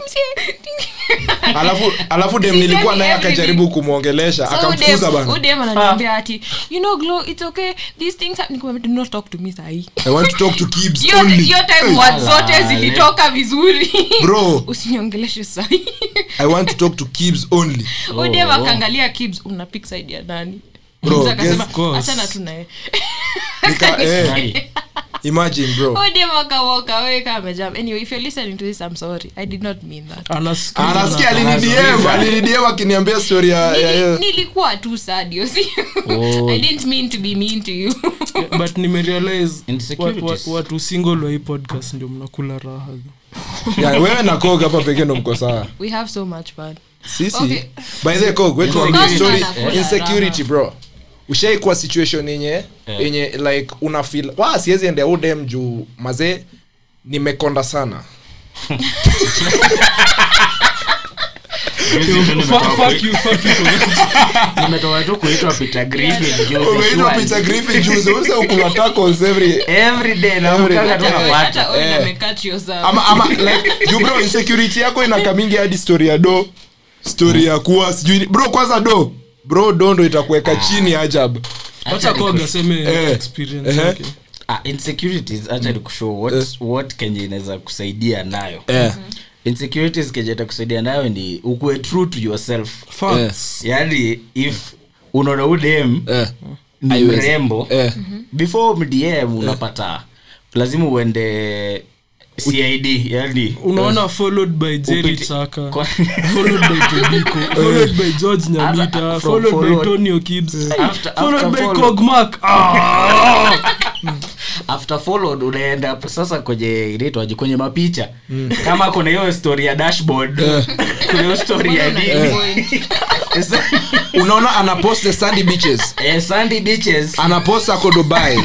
umsie alafu alafu dem Sisemi nilikuwa naye everything. akajaribu kumwongelesha akamfukuza bana udem ananiambia ati you know glow it's okay these things happen." Nikamwambia, do not talk to me sahii i want to talk to kids hiyo only hiyo time words Ala, zote zilitoka vizuri bro usiniongeleshe sahii i want to talk to kids only udem Oh. akaangalia kibs una pick side ya nani Bro, Kibz of course. akasema achana tunaye Nika, eh, Yaani, imagine Oh, bro Anasikiza. anasikia alinidm Anasikiza. alinidm akiniambia story ya ya- ya- nilikuwa tu sad, you see. Oh. I didn't mean to be mean to you. but nimerealize Insecurities. wa- wa- watu single wai podcast ndio mnakula raha though. ya wewe na kog hapa pekee ndo mko sawa We have so much fun. sisi Okay. by the kog wetu Kog wambie ni story anakula insecurity bro ushaikuwa situation yenye yenye like una feel wa siwezi endea udem juu mazee nimekonda sana Fuck- fuck you, fuck you. nimetoka tu kuitwa Peter Griffin juzi. umeitwa Sure. Peter Griffin juzi usa ukula tacos every Every day Every naamkaga tu Hata wewe- napata. hata wewe eh. umecut yourself. ama ama like juu bro insecurity yako inakamingi hadi story ya do story ya kuwa sijui ni- bro kwanza do bro do ndo Ah. itakuweka chini ajab wacha koga seme Eh. experience Eh. yake. Eh. Mm-hmm. Ah, insecurities acha nikushow what, what kenye inaweza kusaidia nayo insecurities kenye itakusaidia nayo ni ukuwe true to yourself Facts. yaani if unaona udem Eh. ni Haiwezi. mrembo Eh. Mhm. before mdm unapata lazima uende cid yaani unaona followed by jerry Upite- chaka Kwa- followed by tobiko Eh. followed by george nyamita From followed by followed- tonio kibs After- followed after by followed. kogmak Ah! after followed unaenda sasa kwenye inaitwaje kwenye mapicha kama kuna hiyo story ya dashboard Eh. kuna hiyo story ya nini Eh. Sasa- unaona anapost the sandy beaches eh, sandy beaches anapost ako dubai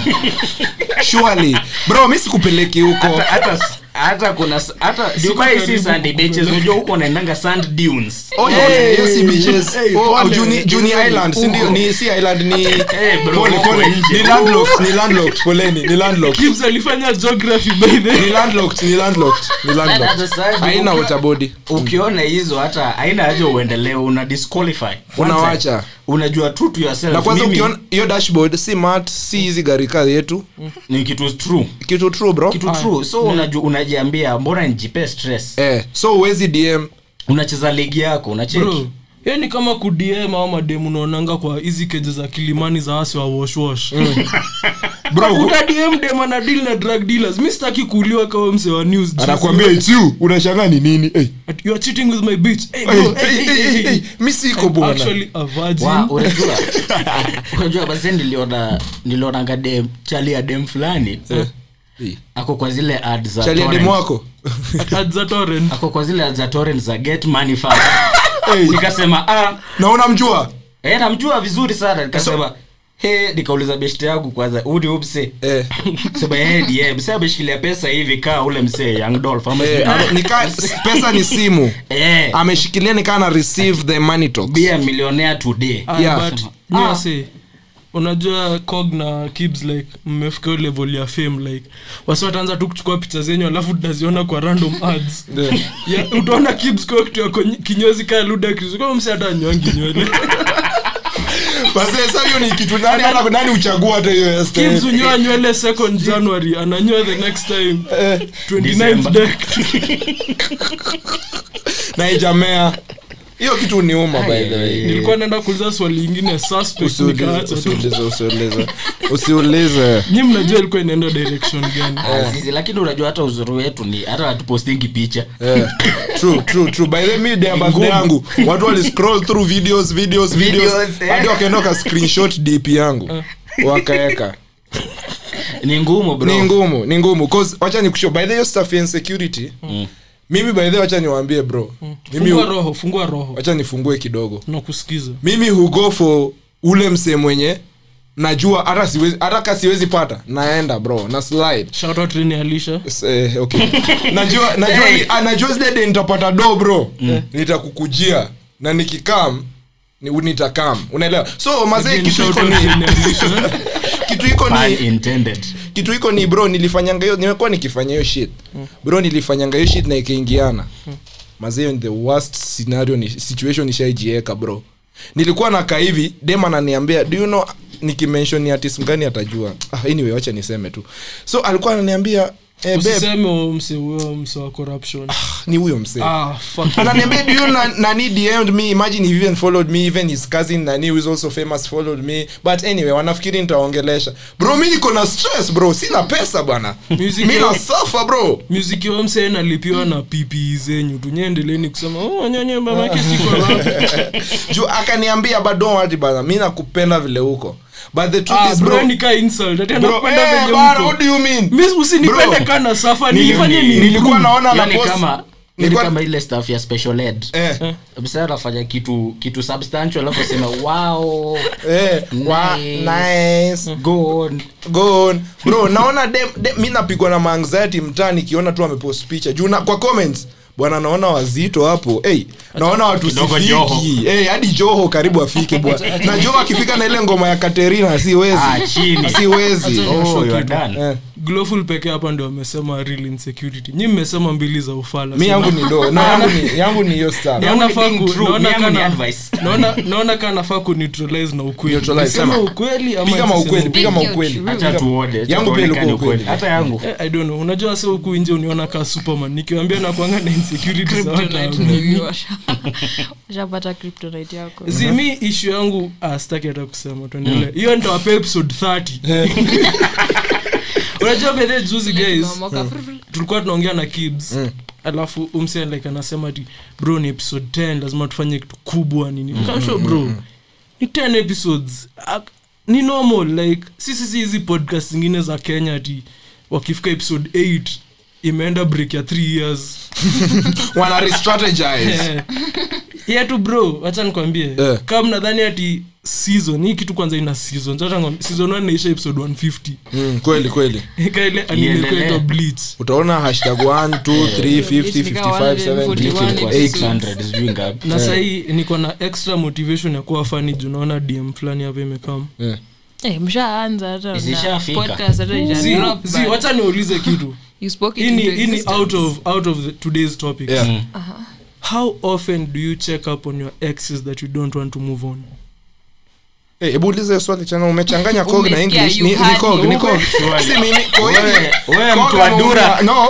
surely bro mi sikupeleki huko hata hata- hata kuna hata dubai si sandy beaches unajua huko unaendanga sand dunes Oh, no, Eh, hiyo si beaches. eh, Oh, au pole. Juni- Juni Huko. Island, si ndio? Ni- si island, ni- Eh, bro, Pole, huko pole. nje. Ni landlocked, ni landlocked, poleni, ni landlocked. kibs alifanya geography by the Ni landlocked, ni landlocked, ni landlocked. Hata sasa, haina ukiwa- water body ukiona hizo hata haina haja uendelee una disqualify Unawacha. unajua true to yourself na kwanza Mimi ukiona hiyo dashboard si mat si hizi garika yetu ni kitu true kitu true bro Mm. kitu true so unajua unajiambia mbona nijipe stress eh, so uwezi dm unacheza ligi yako unacheki Bro, hiyo ni kama kudm au mademu unaonanga kwa hizi keje za kilimani za wasi wa washwash Mm. bro utadm dem ana deal na drug dealers mi sitaki kuuliwa kama mse wa news juice. anakuambia it's you unashangaa ni nini hey. At- you are cheating with my bitch hey, Hey, bro, hey, hey, hey, hey, hey. mi siko I'm bwana actually a virgin. Wa, unajua unajua basi niliona nilionanga dem chali ya dem Eh. fulani Hey. ako kwa zile ad za chalia torrent. demu wako At the torrent. ako kwa zile ad za torrent za get money fast hey. nikasema ah naona mjua eh namjua vizuri sana nikasema he nikauliza beshte yangu kwanza huu ni umse eh. sema yeye ndiye mse ameshikilia pesa hivi kaa ule mse young dolph ama Eh, ame- Ah. nika- pesa ni simu eh ameshikilia nikaa na receive the money talks be a millionaire today Ah, Yeah. but, Ah. niwase, unajua cog na kibs like mmefika hiyo level ya fame like wasi wataanza tu kuchukua picha zenyu alafu tutaziona kwa random ads Eh. Ya, utaona kibs kwa kitu ya konyi- kinyozi kaa ludacris kama msi hata anywangi nywele Wazee, sasa hiyo ni kitu nani hata nani uchagua hata hiyo estate? kibs unyoa nywele 2nd january ananyoa the next time Eh, 29th day. na ijamea hiyo kitu niuma Oh, by the way nilikuwa naenda kuuliza swali ingine suspect nikaacha tu Usiulize, usiulize. usiulize nyi mnajua ilikuwa inaenda direction gani Azizi, lakini unajua hata uzuri wetu ni hata hatupostingi picha Eh, true, true, true. By the way, mi day ya birthday yangu watu waliscroll through videos videos videos Uh. Videos, eh. hadi wakaenda waka screenshot dp yangu wakaeka ni ngumu bro ni ngumu ni ngumu 'Cause wacha nikusho by the way, hiyo stuff ya insecurity mimi by the way, wacha niwaambie bro mimi fungua hu- roho fungua roho wacha nifungue kidogo nakusikiza mimi hugo for ule msee mwenye najua hata siwezi hata ka siwezi pata naenda bro na slide shout out rini alisha S- eh, okay. najua najua Hey. ni- ah, najua zile day nitapata do bro Mm. nitakukujia na nikikam ni- nitakam unaelewa so mazee Again, kitu shout iko out ni Rini Alisha. kitu iko Pun ni intended kitu iko ni bro nilifanyanga hiyo nimekuwa nikifanya hiyo shit bro nilifanyanga hiyo shit na ikaingiana mazeo the worst scenario ni situation ishaijieka bro nilikuwa nakaa hivi dem ananiambia do you know nikimention ni artist mgani atajua ah, anyway wacha niseme tu so alikuwa ananiambia eh, babe, usiseme huo mse huyo mse wa corruption ni huyo msee ah fuck ananiambia do you na, nani dm'd me imagine he even followed me even his cousin nani who is also famous followed me but anyway wanafikiri nitaongelesha bro mi niko na stress bro sina pesa bwana Music mi yao- na suffer bro muziki wa mse nalipiwa na ppe zenyu tunyendeleni kusema oh nyanya mama Ah. yake si corrupt juu akaniambia but don't worry bana mi nakupenda vile huko but the truth ah is bro bro, ni ka insult ati bro anapenda eh, venye bana, mko what do you mean mimi usinipende Bro. kana safa nilifanye Nili- nini nilikuwa naona Yaani anapost- kama ni Nilikuwa- kama ile staff ya special ed eh, msa anafanya kitu kitu substantial alafu asema wow eh, wa- Nice. nice. go on Go on. bro naona dem- dem- mi napigwa na maanxiety mtaa nikiona tu amepost picha juu na kwa comments bwana naona wazito hapo hey, naona watu Kidogo Joho. sifiki hey, hadi joho karibu afike bwana na joho akifika na ile ngoma ya katerina siwezi Ah, chini. siwezi Acha ni- Oh, you are done. Eh. glowful pekee hapa ndio amesema real insecurity nyi mmesema mbili za ufala mi si yangu na- ni do no, yangu ni yangu ni hiyo stuff. Naona Yangu ni faa being ku- true, naona yangu kana- ni advice. naona- naona kaa nafaa kuneutralize na ukweli Neutralize, Niseme sema. ukweli ama piga nisiseme maukweli ukweli? piga Speak maukweli your Acha tuone, acha Yangu pia tuonekane ilikuwa ukweli. ukweli. hata yangu Eh, I don't know. unajua sa huku nje uniona kaa superman nikiwambia nakwanga na insecurity za watu Kryptonite wangu. maybe washa- washapata kryptonite yako Zi, mi ishu yangu ah, sitaki hata kusema Mm. tuendele hiyo nitawapa episode 30 unajua bedhe juzi guys Hmm. Tunamoka, fru- fru- tulikuwa tunaongea na kibs alafu umse like anasema ti bro ni episode 10 lazima tufanye kitu kubwa nini kasho bro ni 10 episodes Ah, ni normal like sisi si hizi podcast zingine za kenya ti wakifika episode 8 imeenda break ya 3 years wana restrategize Eh, yetu bro wacha nikwambie Eh. kama mnadhani ati season hii kitu kwanza ina season Wacha nikwambie, season 1 naisha episode 150 Mm, kweli kweli kaile anime Iendelee. kwaitwa bleach utaona hashtag 1 2 Eh. 3 50 55 70 Ilikuwa Ilikuwa 600, 600, sijui ngapi. Eh. na sahii niko na extra motivation ya kuwa fani juu naona dm fulani hapa imekama Yeah. Eh, mshaanza hata na Zishafika. podcast hata ija Zi- drop, zi, but wacha niulize kitu you spoke it Hii ni- into hii ni existence. out of out of the, today's topic Mm. Yeah. how often do you check up on your exes that you don't want to move on Eh, hebu ulize swali chana umechanganya cog na Umesikia, english you ni, ni had cog ni no cog swali. si mimi cog Wewe- wewe Cog mtu wa ameumia. dura. no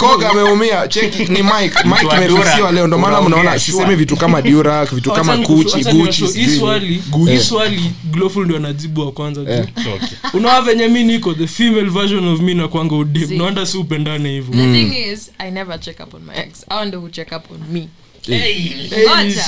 cog ameumia cheki ni mike mike wa imefisiwa dura. leo ndo maana Unaongea mnaona sure. sisemi vitu kama durak vitu kama Wacha ni- kuchi wacha ni- guchi hii swali Eh. hii swali glowful ndio anajibu wa kwanza tu unawa venye mi niko the female version of me nakwanga udim Zi. naenda si upendane hivyo Mm. Hmm. The thing is, I never check up on my ex. I wonder who check up on me. Ngoja.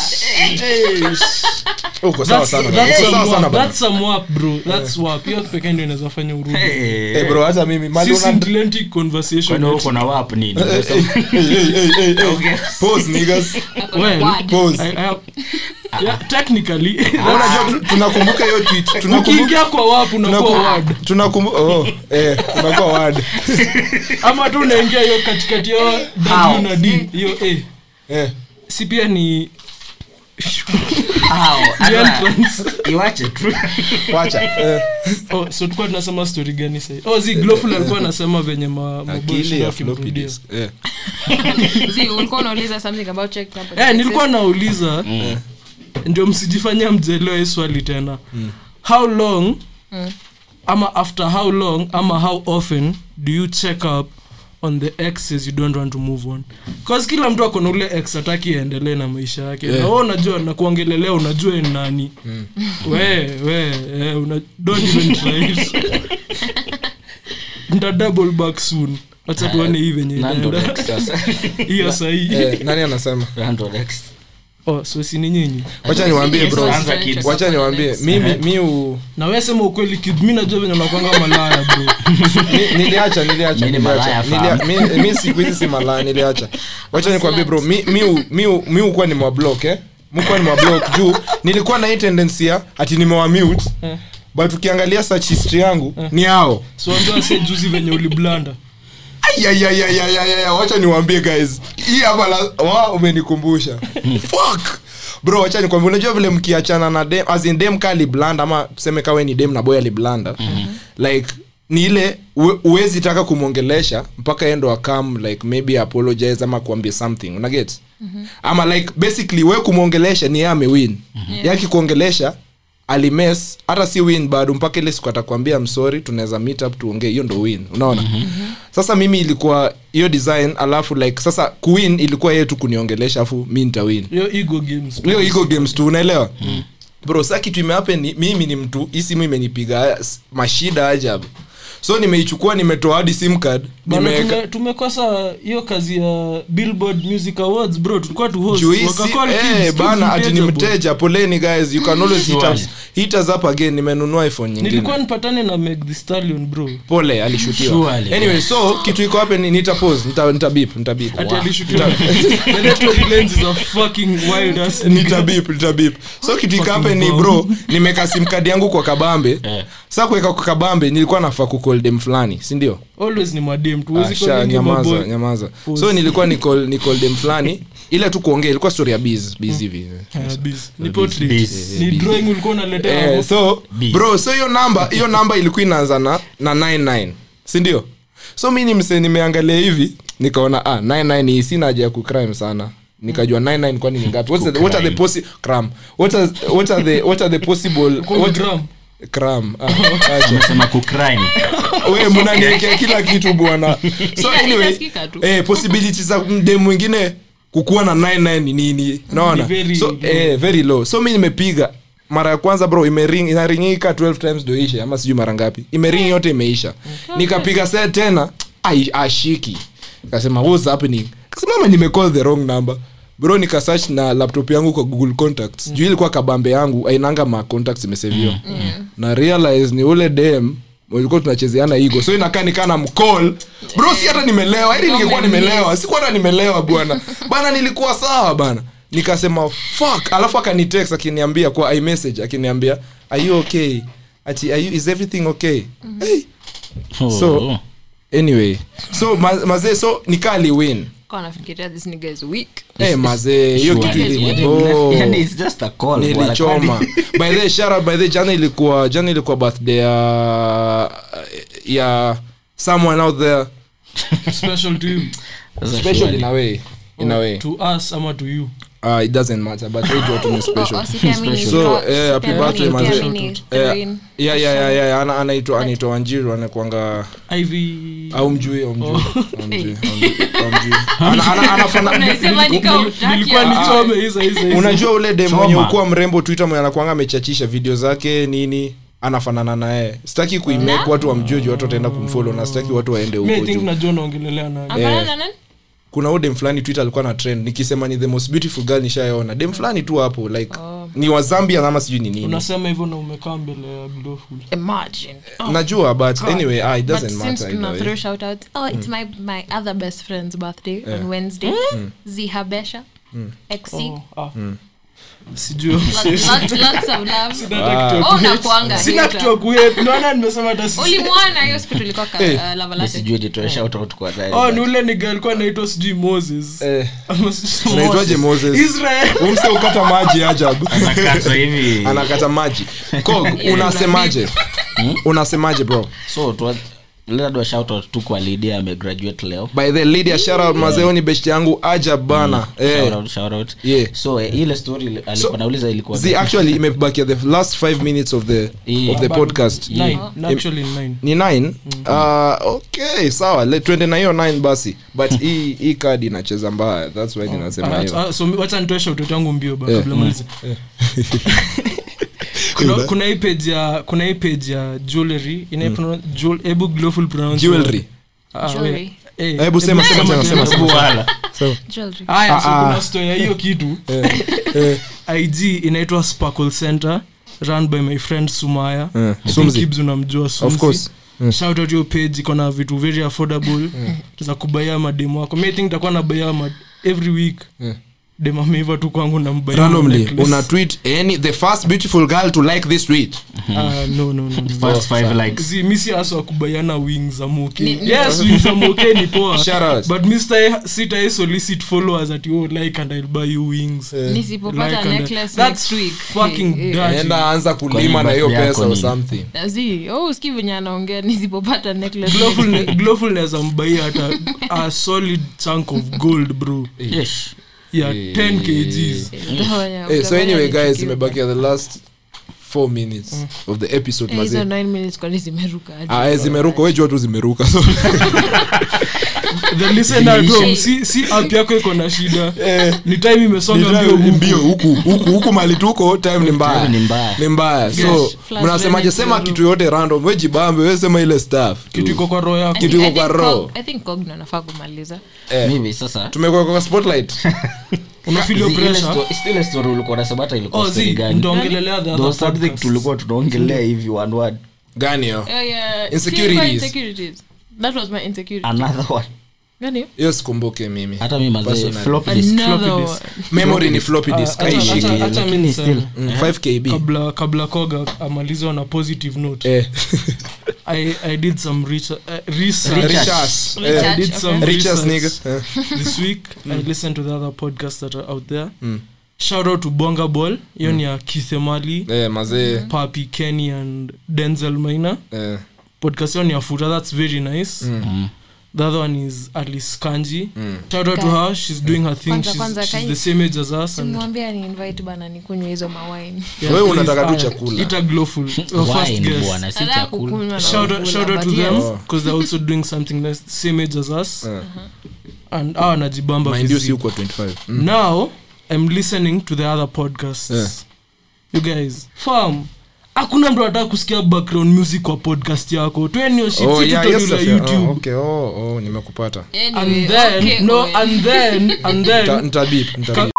uko Oh, sawa That's- sana that's uko some sawa sana Eh. work, bana that's some work, bro. That's work. Hiyo pekee ndio inaweza fanya urudi. Eh, eh bro hata mimi mali Sisi una Atlantic conversation kwani wewe yetu. uko na wap nini? Hey, hey, hey, hey, hey. pause niggas Well, Word. pause I- I- yeah, technically, unajua tu- tunakumbuka hiyo tweet tunakumbuka ukiingia kwa wap unakuwa ward tunakumbuka oh eh unakuwa word ama tu unaingia hiyo katikati ya w How? na d hiyo a eh si pia ni Hao, the Yaani hata- entrance. iwache tu. wacha eh Oh, so tulikuwa tunasema story gani sahii oh, zi gloful alikuwa anasema venye ma- maboy akili shida ya floppy wakimrudia. disk eh Zi, ulikuwa unauliza something about check up on Eh, your nilikuwa exes. nauliza ndio msijifanyia mjelewa hii swali tena how long ama after how long ama how often do you check up on the exes you don't want to move on bcause kila mtu akona ule ex ataki aendelee na maisha yake na we unajua na kuongelelea unajua ni nani we we eh, una, don't even try it nta double back soon wacha tuone hii venye Nando inaenda Rex sasa. hiyo sahii eh nani anasema Nando Rex. oh, so sini nyinyi wacha niwaambie bro Anza kids. Check up wacha on your niwaambie ex. mimi mi u na we sema ukweli kid mi najua venye unakwanga malaya bro ni- niliacha niliacha Mi ni niliacha malaya Nilia- fam. mi- mi siku hizi si malaya niliacha wacha nikwambie bro mi mi u- mi u- mi ukuwa ni mwablock eh mkuwa ni mwablock juu nilikuwa na hii tendency ya ati nimewamute but ukiangalia search history yangu ni hao siwambia se juzi venye uliblanda Ayayayayayaya, wacha niwaambie guys hii hapa la- wa umenikumbusha fuck bro wacha nikwambie unajua vile mkiachana na dem as in dem ka liblanda ama tuseme kawe ni dem na boy aliblanda like ni ile ue- uwezi taka kumwongelesha mpaka yeye ndo akam like maybe apologize ama kuambia something unaget ama like basically we kumwongelesha ni yeye amewin yeye akikuongelesha alimes hata si win bado mpaka ile siku atakwambia msori tunaweza meet up tuongee hiyo ndo win unaona Mhm. sasa mimi ilikuwa hiyo design alafu like sasa kuwin ilikuwa yeye tu kuniongelesha afu mi nitawin hiyo ego games hiyo iko games tu unaelewa Mm. bro sa kitu imehappen ni- mimi ni mtu hii simu imenipiga s- mashida ajabu so nimeichukua nimetoa hadi sim card Bana, nimeweka tume- tumekosa hiyo kazi ya billboard music awards bro tulikuwa tu host. juisi Wakacall kids, eh, kids bana ati ni mteja, bro. mteja poleni guys you can always hit us, Sure. hit us up again nimenunua iphone nyingine nilikuwa nipatane na meg the stallion bro pole alishutiwa Surely. anyway so kitu iko happen nitapose nita nita beep nita beep ati alishutiwa Na that lens is a fucking wild ass nigga. nitabip nitabip so kitu ikape ni bro nimeka simkadi yangu kwa kabambe Eh. sa kuweka kwa kabambe nilikuwa nafaa kukoldem fulani sindio always ni madem tu Ah, huwezi sha, call them nyamaza maboy. nyamaza so Pause. nilikuwa nicol- nicoldem fulani ile tu kuongea ilikuwa story ya biz biz hivi Ah, biz. Ni portrait. Biz. Ni Biz. drawing ulikuwa unaletea hapo. Eh, so Biz. bro so hiyo namba hiyo namba ilikuwa inaanza na na 99 sindio so mi ni msee nimeangalia hivi nikaona ah, 99 hii sina haja ya kucrime sana nikajua 99 kwani ni ngapi What's the- what are the possi- cram. What are- what are the- what are the possible Kwa what- gram. cram. Ah, acha sema kucrime we mnaniwekea kila kitu bwana so Ina- anyway inasikika tu. eh, possibility za mdem mwingine kukuwa na 99 ni nini naona Ni very so low. eh, very low so mi nimepiga mara ya kwanza bro imering inaringika 12 times ndo ishe ama sijui mara ngapi imering yote imeisha nikapiga set tena ai- ashiki kasema what's happening kasimama nimecall the wrong number bro nikasearch na laptop yangu kwa google contacts juu ilikuwa kabambe yangu ainanga ma contacts imeseviwa na realize ni ule dem ulikuwa tunachezeana ego so inakaa nikaa na mcall bro si hata nimelewa ili ningekuwa nimelewa sikuwa hata nimelewa bwana bana nilikuwa sawa bana nikasema fuck alafu akanitext akiniambia kwa imessage akiniambia are you okay ati are you, is everything okay hey. So- Oh. so anyway so ma- mazee so nikali win Kwa nafikiria this nigga is weak. Eh, mazee hiyo Sure. kitu ili- Oh. yani it's just a call bwana, nilichoma kwani- by the way, shout out, by the way, jana ilikuwa jana ilikuwa birthday ya ya someone out there Special to you. Sasa special surely. in a way in a way To us ama to you. uh, it doesn't matter but we do to Oh, special oh, si pia mi ni so Ro- eh, happy si pia mi birthday ni- pia mazee mi ni Eh, Doreen. yeah, yeah, yeah, yeah, ana- anaitwa anaitwa wanjiru anakuanga Ivy. Oh. au mjui au mjui Hey. Unaisema amjui nika utaki Nilikuwa ama- nichome hizo hizo hizo. unajua ule dem Choma. mwenye ukuwa mrembo twitter mwenye anakuanga amechachisha video zake nini anafanana naye sitaki kuimake watu wamjue juu watu wataenda kumfolo na sitaki watu waende Mi I huko think juu najua naongelelea nani. Afanana na nani? kuna huyu dem fulani twitter alikuwa na trend nikisema ni the most beautiful girl nishayaona dem fulani tu hapo like Oh. ni wa zambia ama sijui ni nini unasema hivyo na umekaa mbele ya blowful Imagine. Oh, najua but anyway ah, it but Eh, doesn't since matter eh. tuna either throw way. shout outs, oh, Mm. it's my, my other best friend's birthday on Wednesday. Zihabesha. Mm. XC. Ah. Hmm. sijui huyo msee. Lots, lots of love. Nataka kutoa Oh, kuhate. nakuanga Sina hater. kutoa kuhate. Naona nimesema hata Oh, sisi. Ulimwona hiyo siku tulikuwa ka- Eh. uh, lava Mi latte. sijui nitoe shout out kwa nani. Oh, ni ule niga alikuwa anaitwa sijui moses Eh, Ama sijui Anaitwaje Moses? Israel. huyu mse ukata maji ajabu Anakatwa hivi anakata maji Kog, unasemaje Hmm? unasemaje bro so twa- let do a shout out tu kwa lidia amegraduate leo by the lydia shout out mazeo ni best yangu aja bana Shout eh out, shout out. Yeah. so eh, ile story ile- alikuwa nauliza ilikuwa zi actually imebakia the last five minutes of the Yeah. of the podcast Nine. Im- Na actually nine. ni nine Ah, okay sawa le- twende na hiyo nine basi but hii hii card inacheza mbaya thats why ninasema Ah, hiyo ah, so mi- wacha nitoe shautot yangu mbio ba- Eh. kabla malize ah, kuna kuna hii page ya kuna hii page ya jewelry inaipronouns jewel ebu glowful pronounce Mm. jewelry Ah, we- Jewelry. eh, hebu sema sema ebu- sema sema sema Jewelry. Aya, Ah, so Eh, ah. kuna story ya hiyo kitu ig inaitwa sparkle center run by my friend sumaya Eh, I think Sumzi. Gibbs unamjua Sumzi. Of course. Mm. shout out hiyo page iko na vitu very affordable Eh. za kubaia mademu wako mi I think takuwa na baia ma every week dem ameiva tu kwangu na mbaia Eh. randomly necklace. una tweet any the first beautiful girl to like this tweet Ah, no, no, no, no. first five likes Zi, mi si aso akubaiana wings amoke Ni- ni- yes wings amoke ni poa Shout out. but mi sitai- sitai solicit followers at you like and i'll buy you wings Eh. Nisipopata Like and- necklace That's next week. fucking Eh, eh. dirty. enda anza kulima na hiyo birthday yako pesa or ni- something Zi, oh, usikii venye anaongea nisipopata necklace Glowful ne- glowful naweza mbaia hata a solid chunk of gold bro Yes. ya 10 kgs Utafanya- Eh, so utafanya anyway guys nichukiwe. imebakia the last four minutes of the episode Mm. Eh, hizo mazee nine minutes kwani zimeruka aje? Ah, eh, zimeruka we jua tu zimeruka so the listener at home, si, si app yako iko na shida Eh. ni time imesonga mbio huku. mbio eh, huku huku huku mali tuko time ni mbaya Time ni mbaya. ni mbaya so Yes. Flash mnasemaje minutes sema zuru. kitu yote random we jibambe we sema ile staff kitu iko kwa roho I yako think- kitu iko I think kwa roho. Cog- I think Cog ndo anafaa kumaliza Maybe sasa tumekuwa kwa spotlight unafeel zi- your ile pressure sto- sti- ile story ulikuwa unasema hata ilikuwa oh story zi gani? ndaongelelea the There other was something podcast. tulikuwa tunaongelea hivi one word gani hiyo Eh, yeah, Insecurities. see, my insecurities. That was my insecurity. another one Nani? hiyo sikumbuke mimi hata mi mazee Personally. floppy disk. Another floppy one. memory ni floppy disk Ah, acha- haishiki acha- acha mi lakini niseme. still. Mm, 5kb kabla kabla koga amalize on a positive note eh i i did some reach, uh, research richas Richards, I did okay. some richas research nigga Eh. this week i listened to the other podcasts that are out there Hmm. shout out to bonga ball hiyo ni ya Keith Emali, eh mazee papi kenny and denzel maina eh podcast yao ni afuta that's very nice Hmm. Hmm. the other one is alice kanji shout out to her she's doing her thing Kwanza, she's, kwanza, she's Kai. the same age as us and simwambia ni invite bana nikunywe hizo mawine yeah, Wewe please, unataka tu ah, chakula. ita glowful your first Wine, guest bwana, si chakula. shout out, shout out to them because they're also doing something nice same age as us eh. and awa najibamba Mind you, si uko 25. Mm. now i'm listening to the other podcasts Yeah. you guys farm hakuna mtu anataka kusikia background music kwa podcast yako Oh, yeah, yes, twenioshititoila Safia. youtube Oh, okay. Oh, oh, nimekupata. and then no and then and Nita- then nitabeep, nitabeep.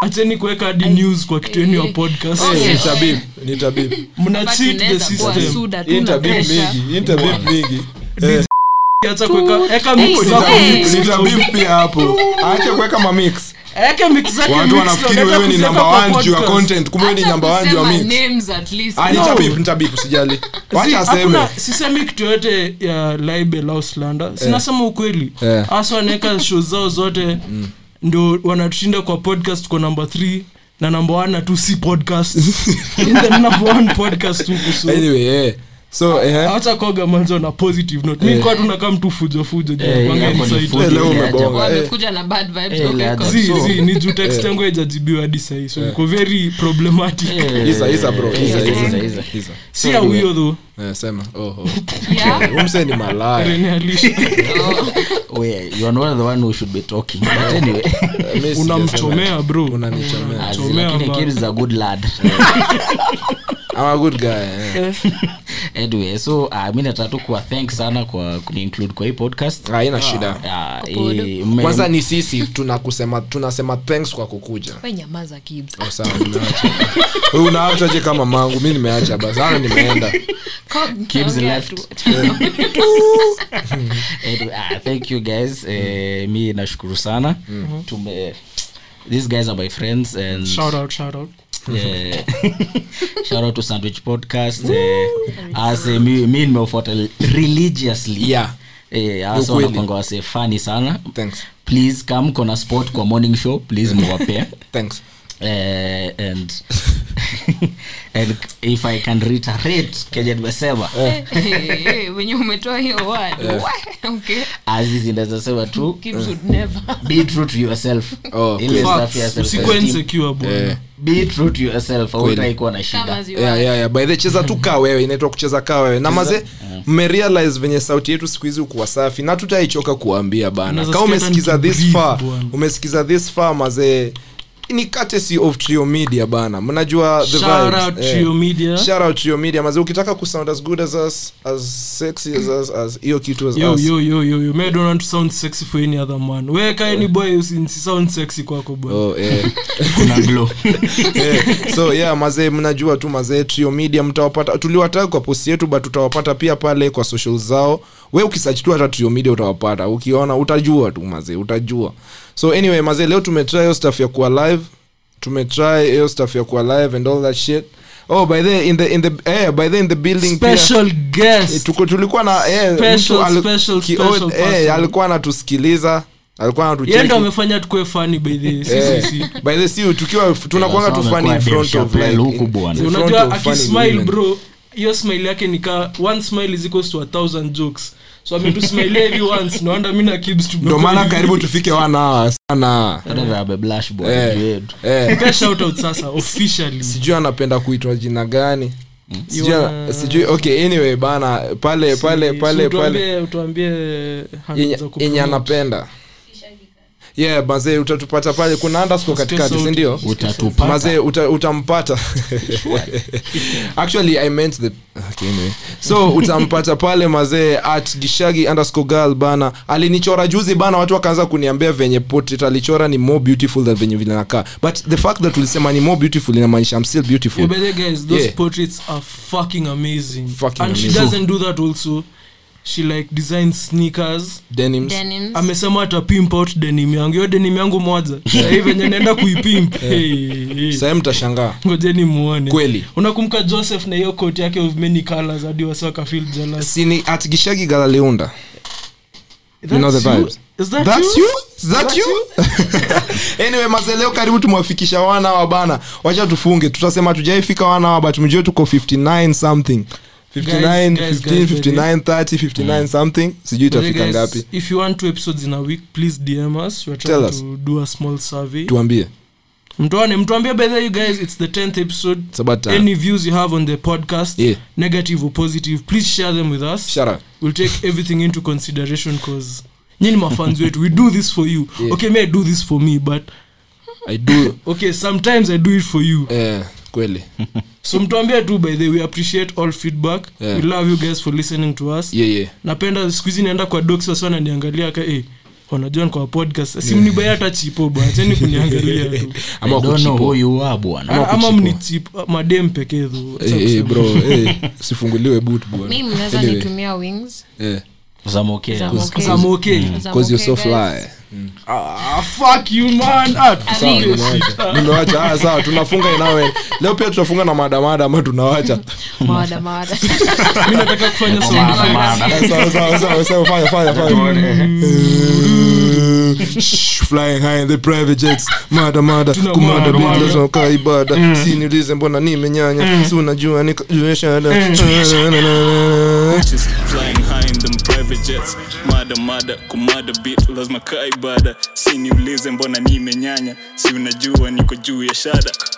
acheni kuweka hadi news kwa kitu yenu ya podcast Okay. Eh, nitabeep, nitabeep. mna cheat the Tunaweza kuwa system suda tu Hii na nitabeep pressure. mingi, hii nitabeep mingi. Eh, acha kuweka eka Hey, mix so- zako hey. mix zako. nitabeep pia hapo aache kuweka mamix eke mix zake watu mix wanafikiri unaweza wewe ni kuziweka namba kwa 1 juu ya podcast. content kumbe wewe ni Hata namba 1 juu ya kusema mix names at least. Ah, No. nitabip nitabip usijali Si, wacha aseme hakuna- sisemi kitu yote ya libel au slander sinasema ukweli Eh. Mm. hasa wanaweka show zao zote ndo wanatushinda kwa podcast kwa number 3 na namba 1 na tu si podcast In the number one podcast huku so anyway eh so eh hata koga manzo na positive note mi kwa tunakaa mtu fujofujo juu Eh, nakuanga hapo ni inside. fujo. eh, leo umebonga eh wamekuja na bad vibes Eh, okay, lada. cool. Zi, So- Eh. zi, ni juu text yangu haijajibiwa hadi sahii so iko very problematic isa isa bro Eh, isa eh, isa eh, isa eh. isa si ya huyo tho eh sema oh oh Yeah. umse ni malaya Oh, yeah, you are not the one who should be talking. But anyway, Eh, mi unamchomea bro unanichomea as in, Chomea lakini mbali. Kid is a good lad. i'm a good guy eh. anyway, so uh, mi nataka tu kuwa thank sana kwa kuniinclude kwa hii podcast. Ah, haina shida Ah, eh, mme- kwanza ni sisi tunakusema tunasema thanks kwa kukuja We nyamaza kids. Oh, sawa, nimeacha. Wewe unaachaje kama mangu mi nimeacha basi ana nimeenda Come, Kids ongea left. tu. Anyway, ah, thank you guys eh, mi nashukuru sana tume these guys are my friends and shout out shout out eh, shout out to sandwich podcast eh, as eh, mi mi nimeofuata religiously Yeah. Eh, Ni hasa ukweli. wanakwanga wase fani sana thanks please kam kona spot kwa morning show please mwapea thanks eh, and and if i can reiterate kenye nimesema Eh, eh, wenye umetoa hiyo word. Why? Okay. azizi ndazasema tu Kids would Eh. never. be true to yourself Oh, Ile please. stuff ya self usikuwa esteem. insecure bwana eh be true to yourself hautai kuwa na Kama shida zi yeah, word. yeah, yeah. by the cheza tu kaa wewe inaitwa kucheza kaa wewe na maze mmerealize venye sauti yetu siku hizi ukuwa safi na tutaichoka kuambia bana Unaweza kama sikia umesikiza hata this nikibreathe, far bwana. umesikiza this far mazee ni courtesy of trio media bana mnajua the Shout vibes. out Eh. Trio Media. Shout out trio media mazee ukitaka kusound as good as us as sexy as us as hiyo kitu as Yo, us yo, yo, yo, yo. Me, I don't want to sound sexy for any other man. We, ka any boy usi- nisisound sexy kwako bwana. Oh, eh. kuna glow Eh, so yeah mazee mnajua tu mazee trio media mtawapata tuliwataga kwa posti yetu but utawapata pia pale kwa social zao we ukisach tu hata trio media utawapata ukiona utajua tu mazee utajua so anyway mazee leo tumetry hiyo stuff ya kuwa live tumetry hiyo stuff ya kuwa live and all that shit oh by the in the in the eh, by the in the building pia- Special guest. tuko tulikuwa na eh, Special, mtu ali- special, kio- special person. eh, alikuwa anatusikiliza alikuwa Yeye ndo anatucheki amefanya tukue funny by the way. Si, Eh, si, si. by the sea tukiwa tunakwanga tu funny in Dave front of Chappelle like huku in- bwana. in front unajua of funny akismile women. bro hiyo smile yake nikaa one smile is equals to a thousand jokes so ametusmailia hivi once nawanda mi na kibs Ndio maana karibu tufike wana sana ameblash Eh. eh shoutout sasa officially sijui anapenda kuitwa jina gani Mm. sijui ana- Yona- sijui okay anyway bana pale Eh, pale pale pale utuambie yenye- yenye anapenda yeah mazee utatupata pale kuna underscore Usikie katikati sauti. sindio mazee uta, utampata actually i meant the okay, anyway. so utampata pale mazee at gishagi underscore girl bana alinichora juzi bana watu wakaanza kuniambia venye portrait alichora ni more beautiful than venye vile nakaa but the fact that ulisema ni more beautiful inamaanisha i'm still beautiful By the way, guys, those Yeah. portraits are fucking amazing. Fucking and she amazing. doesn't do that also. She like designs sneakers. Denims. Denims. Amesema ata pimp out denim yangu. Hiyo denim yangu moja. Hii venye naenda kuipimp. Hey, hey. sahii mtashangaa Ngojeni muone. Kweli. Unakumbuka Joseph na hiyo coat yake of many colors hadi wasa waka feel jealous. sini at gishagi girl aliunda You know the That's you? vibes. Is that That's you? you? Is that you? anyway mazeleo karibu tumewafikisha wana wa bana wacha tufunge tutasema tujaifika wana wa but mjue tuko 59 something 59 guys, 15 guys, 59 30 59 something sijui By the way, itafika guys, ngapi if you want two episodes in a week please dm us we're Tell trying us. to do a small survey tuambie mtoane mtuambie by the way, you guys it's the 10th episode It's about time. any views you have on the podcast Yeah. negative or positive please share them with us Shut up. we'll take everything into consideration cause nyini mafans wetu we do this for you Yeah. okay may I do this for me but i do okay sometimes i do it for you eh, kweli so mtuambie tu by the way, we appreciate all feedback Yeah. we love you guys for listening to us yeah, yeah. napenda sikuhizi naenda kwa docs wasi wananiangalia ka hey, wanajua ni kwa podcast si mnibaya hata chipo bacheni kuniangalia tu I ama don't know kuchipo who you are, bwana. ama, ama mnichip madem pekee tu Eh, eh, bro eh, sifunguliwe boot bwana mi mnaweza Anyway, nitumia wings eh, Zamokea. za Cause Mokay. I'm okay. Za 'cause you're so Mokay, guys. fly. Ah, fuck you, man. Ah, Sawa, Mimi- nimewacha. nimewacha Ah, sawa tunafunga inawe leo pia tunafunga na maadamaada ama tunawacha Mawada, mawada. mi nataka kufanya sound Maana, effect. maana. Ah, sawa, sawa, sawa, sawa, fanya, fanya, fanya. Eh, Shh, flying high in the private jets mada mada Tuna Mm. kumada mada, mada. bidlazoka ibada siniulize mbona Mm. nimenyanya si unajua Mm. Eh, nikajueshada bitches flying high in them private jets mada mada kumada bit lazima kaa ibada si niulize mbona nimenyanya si unajua niko juu ya shada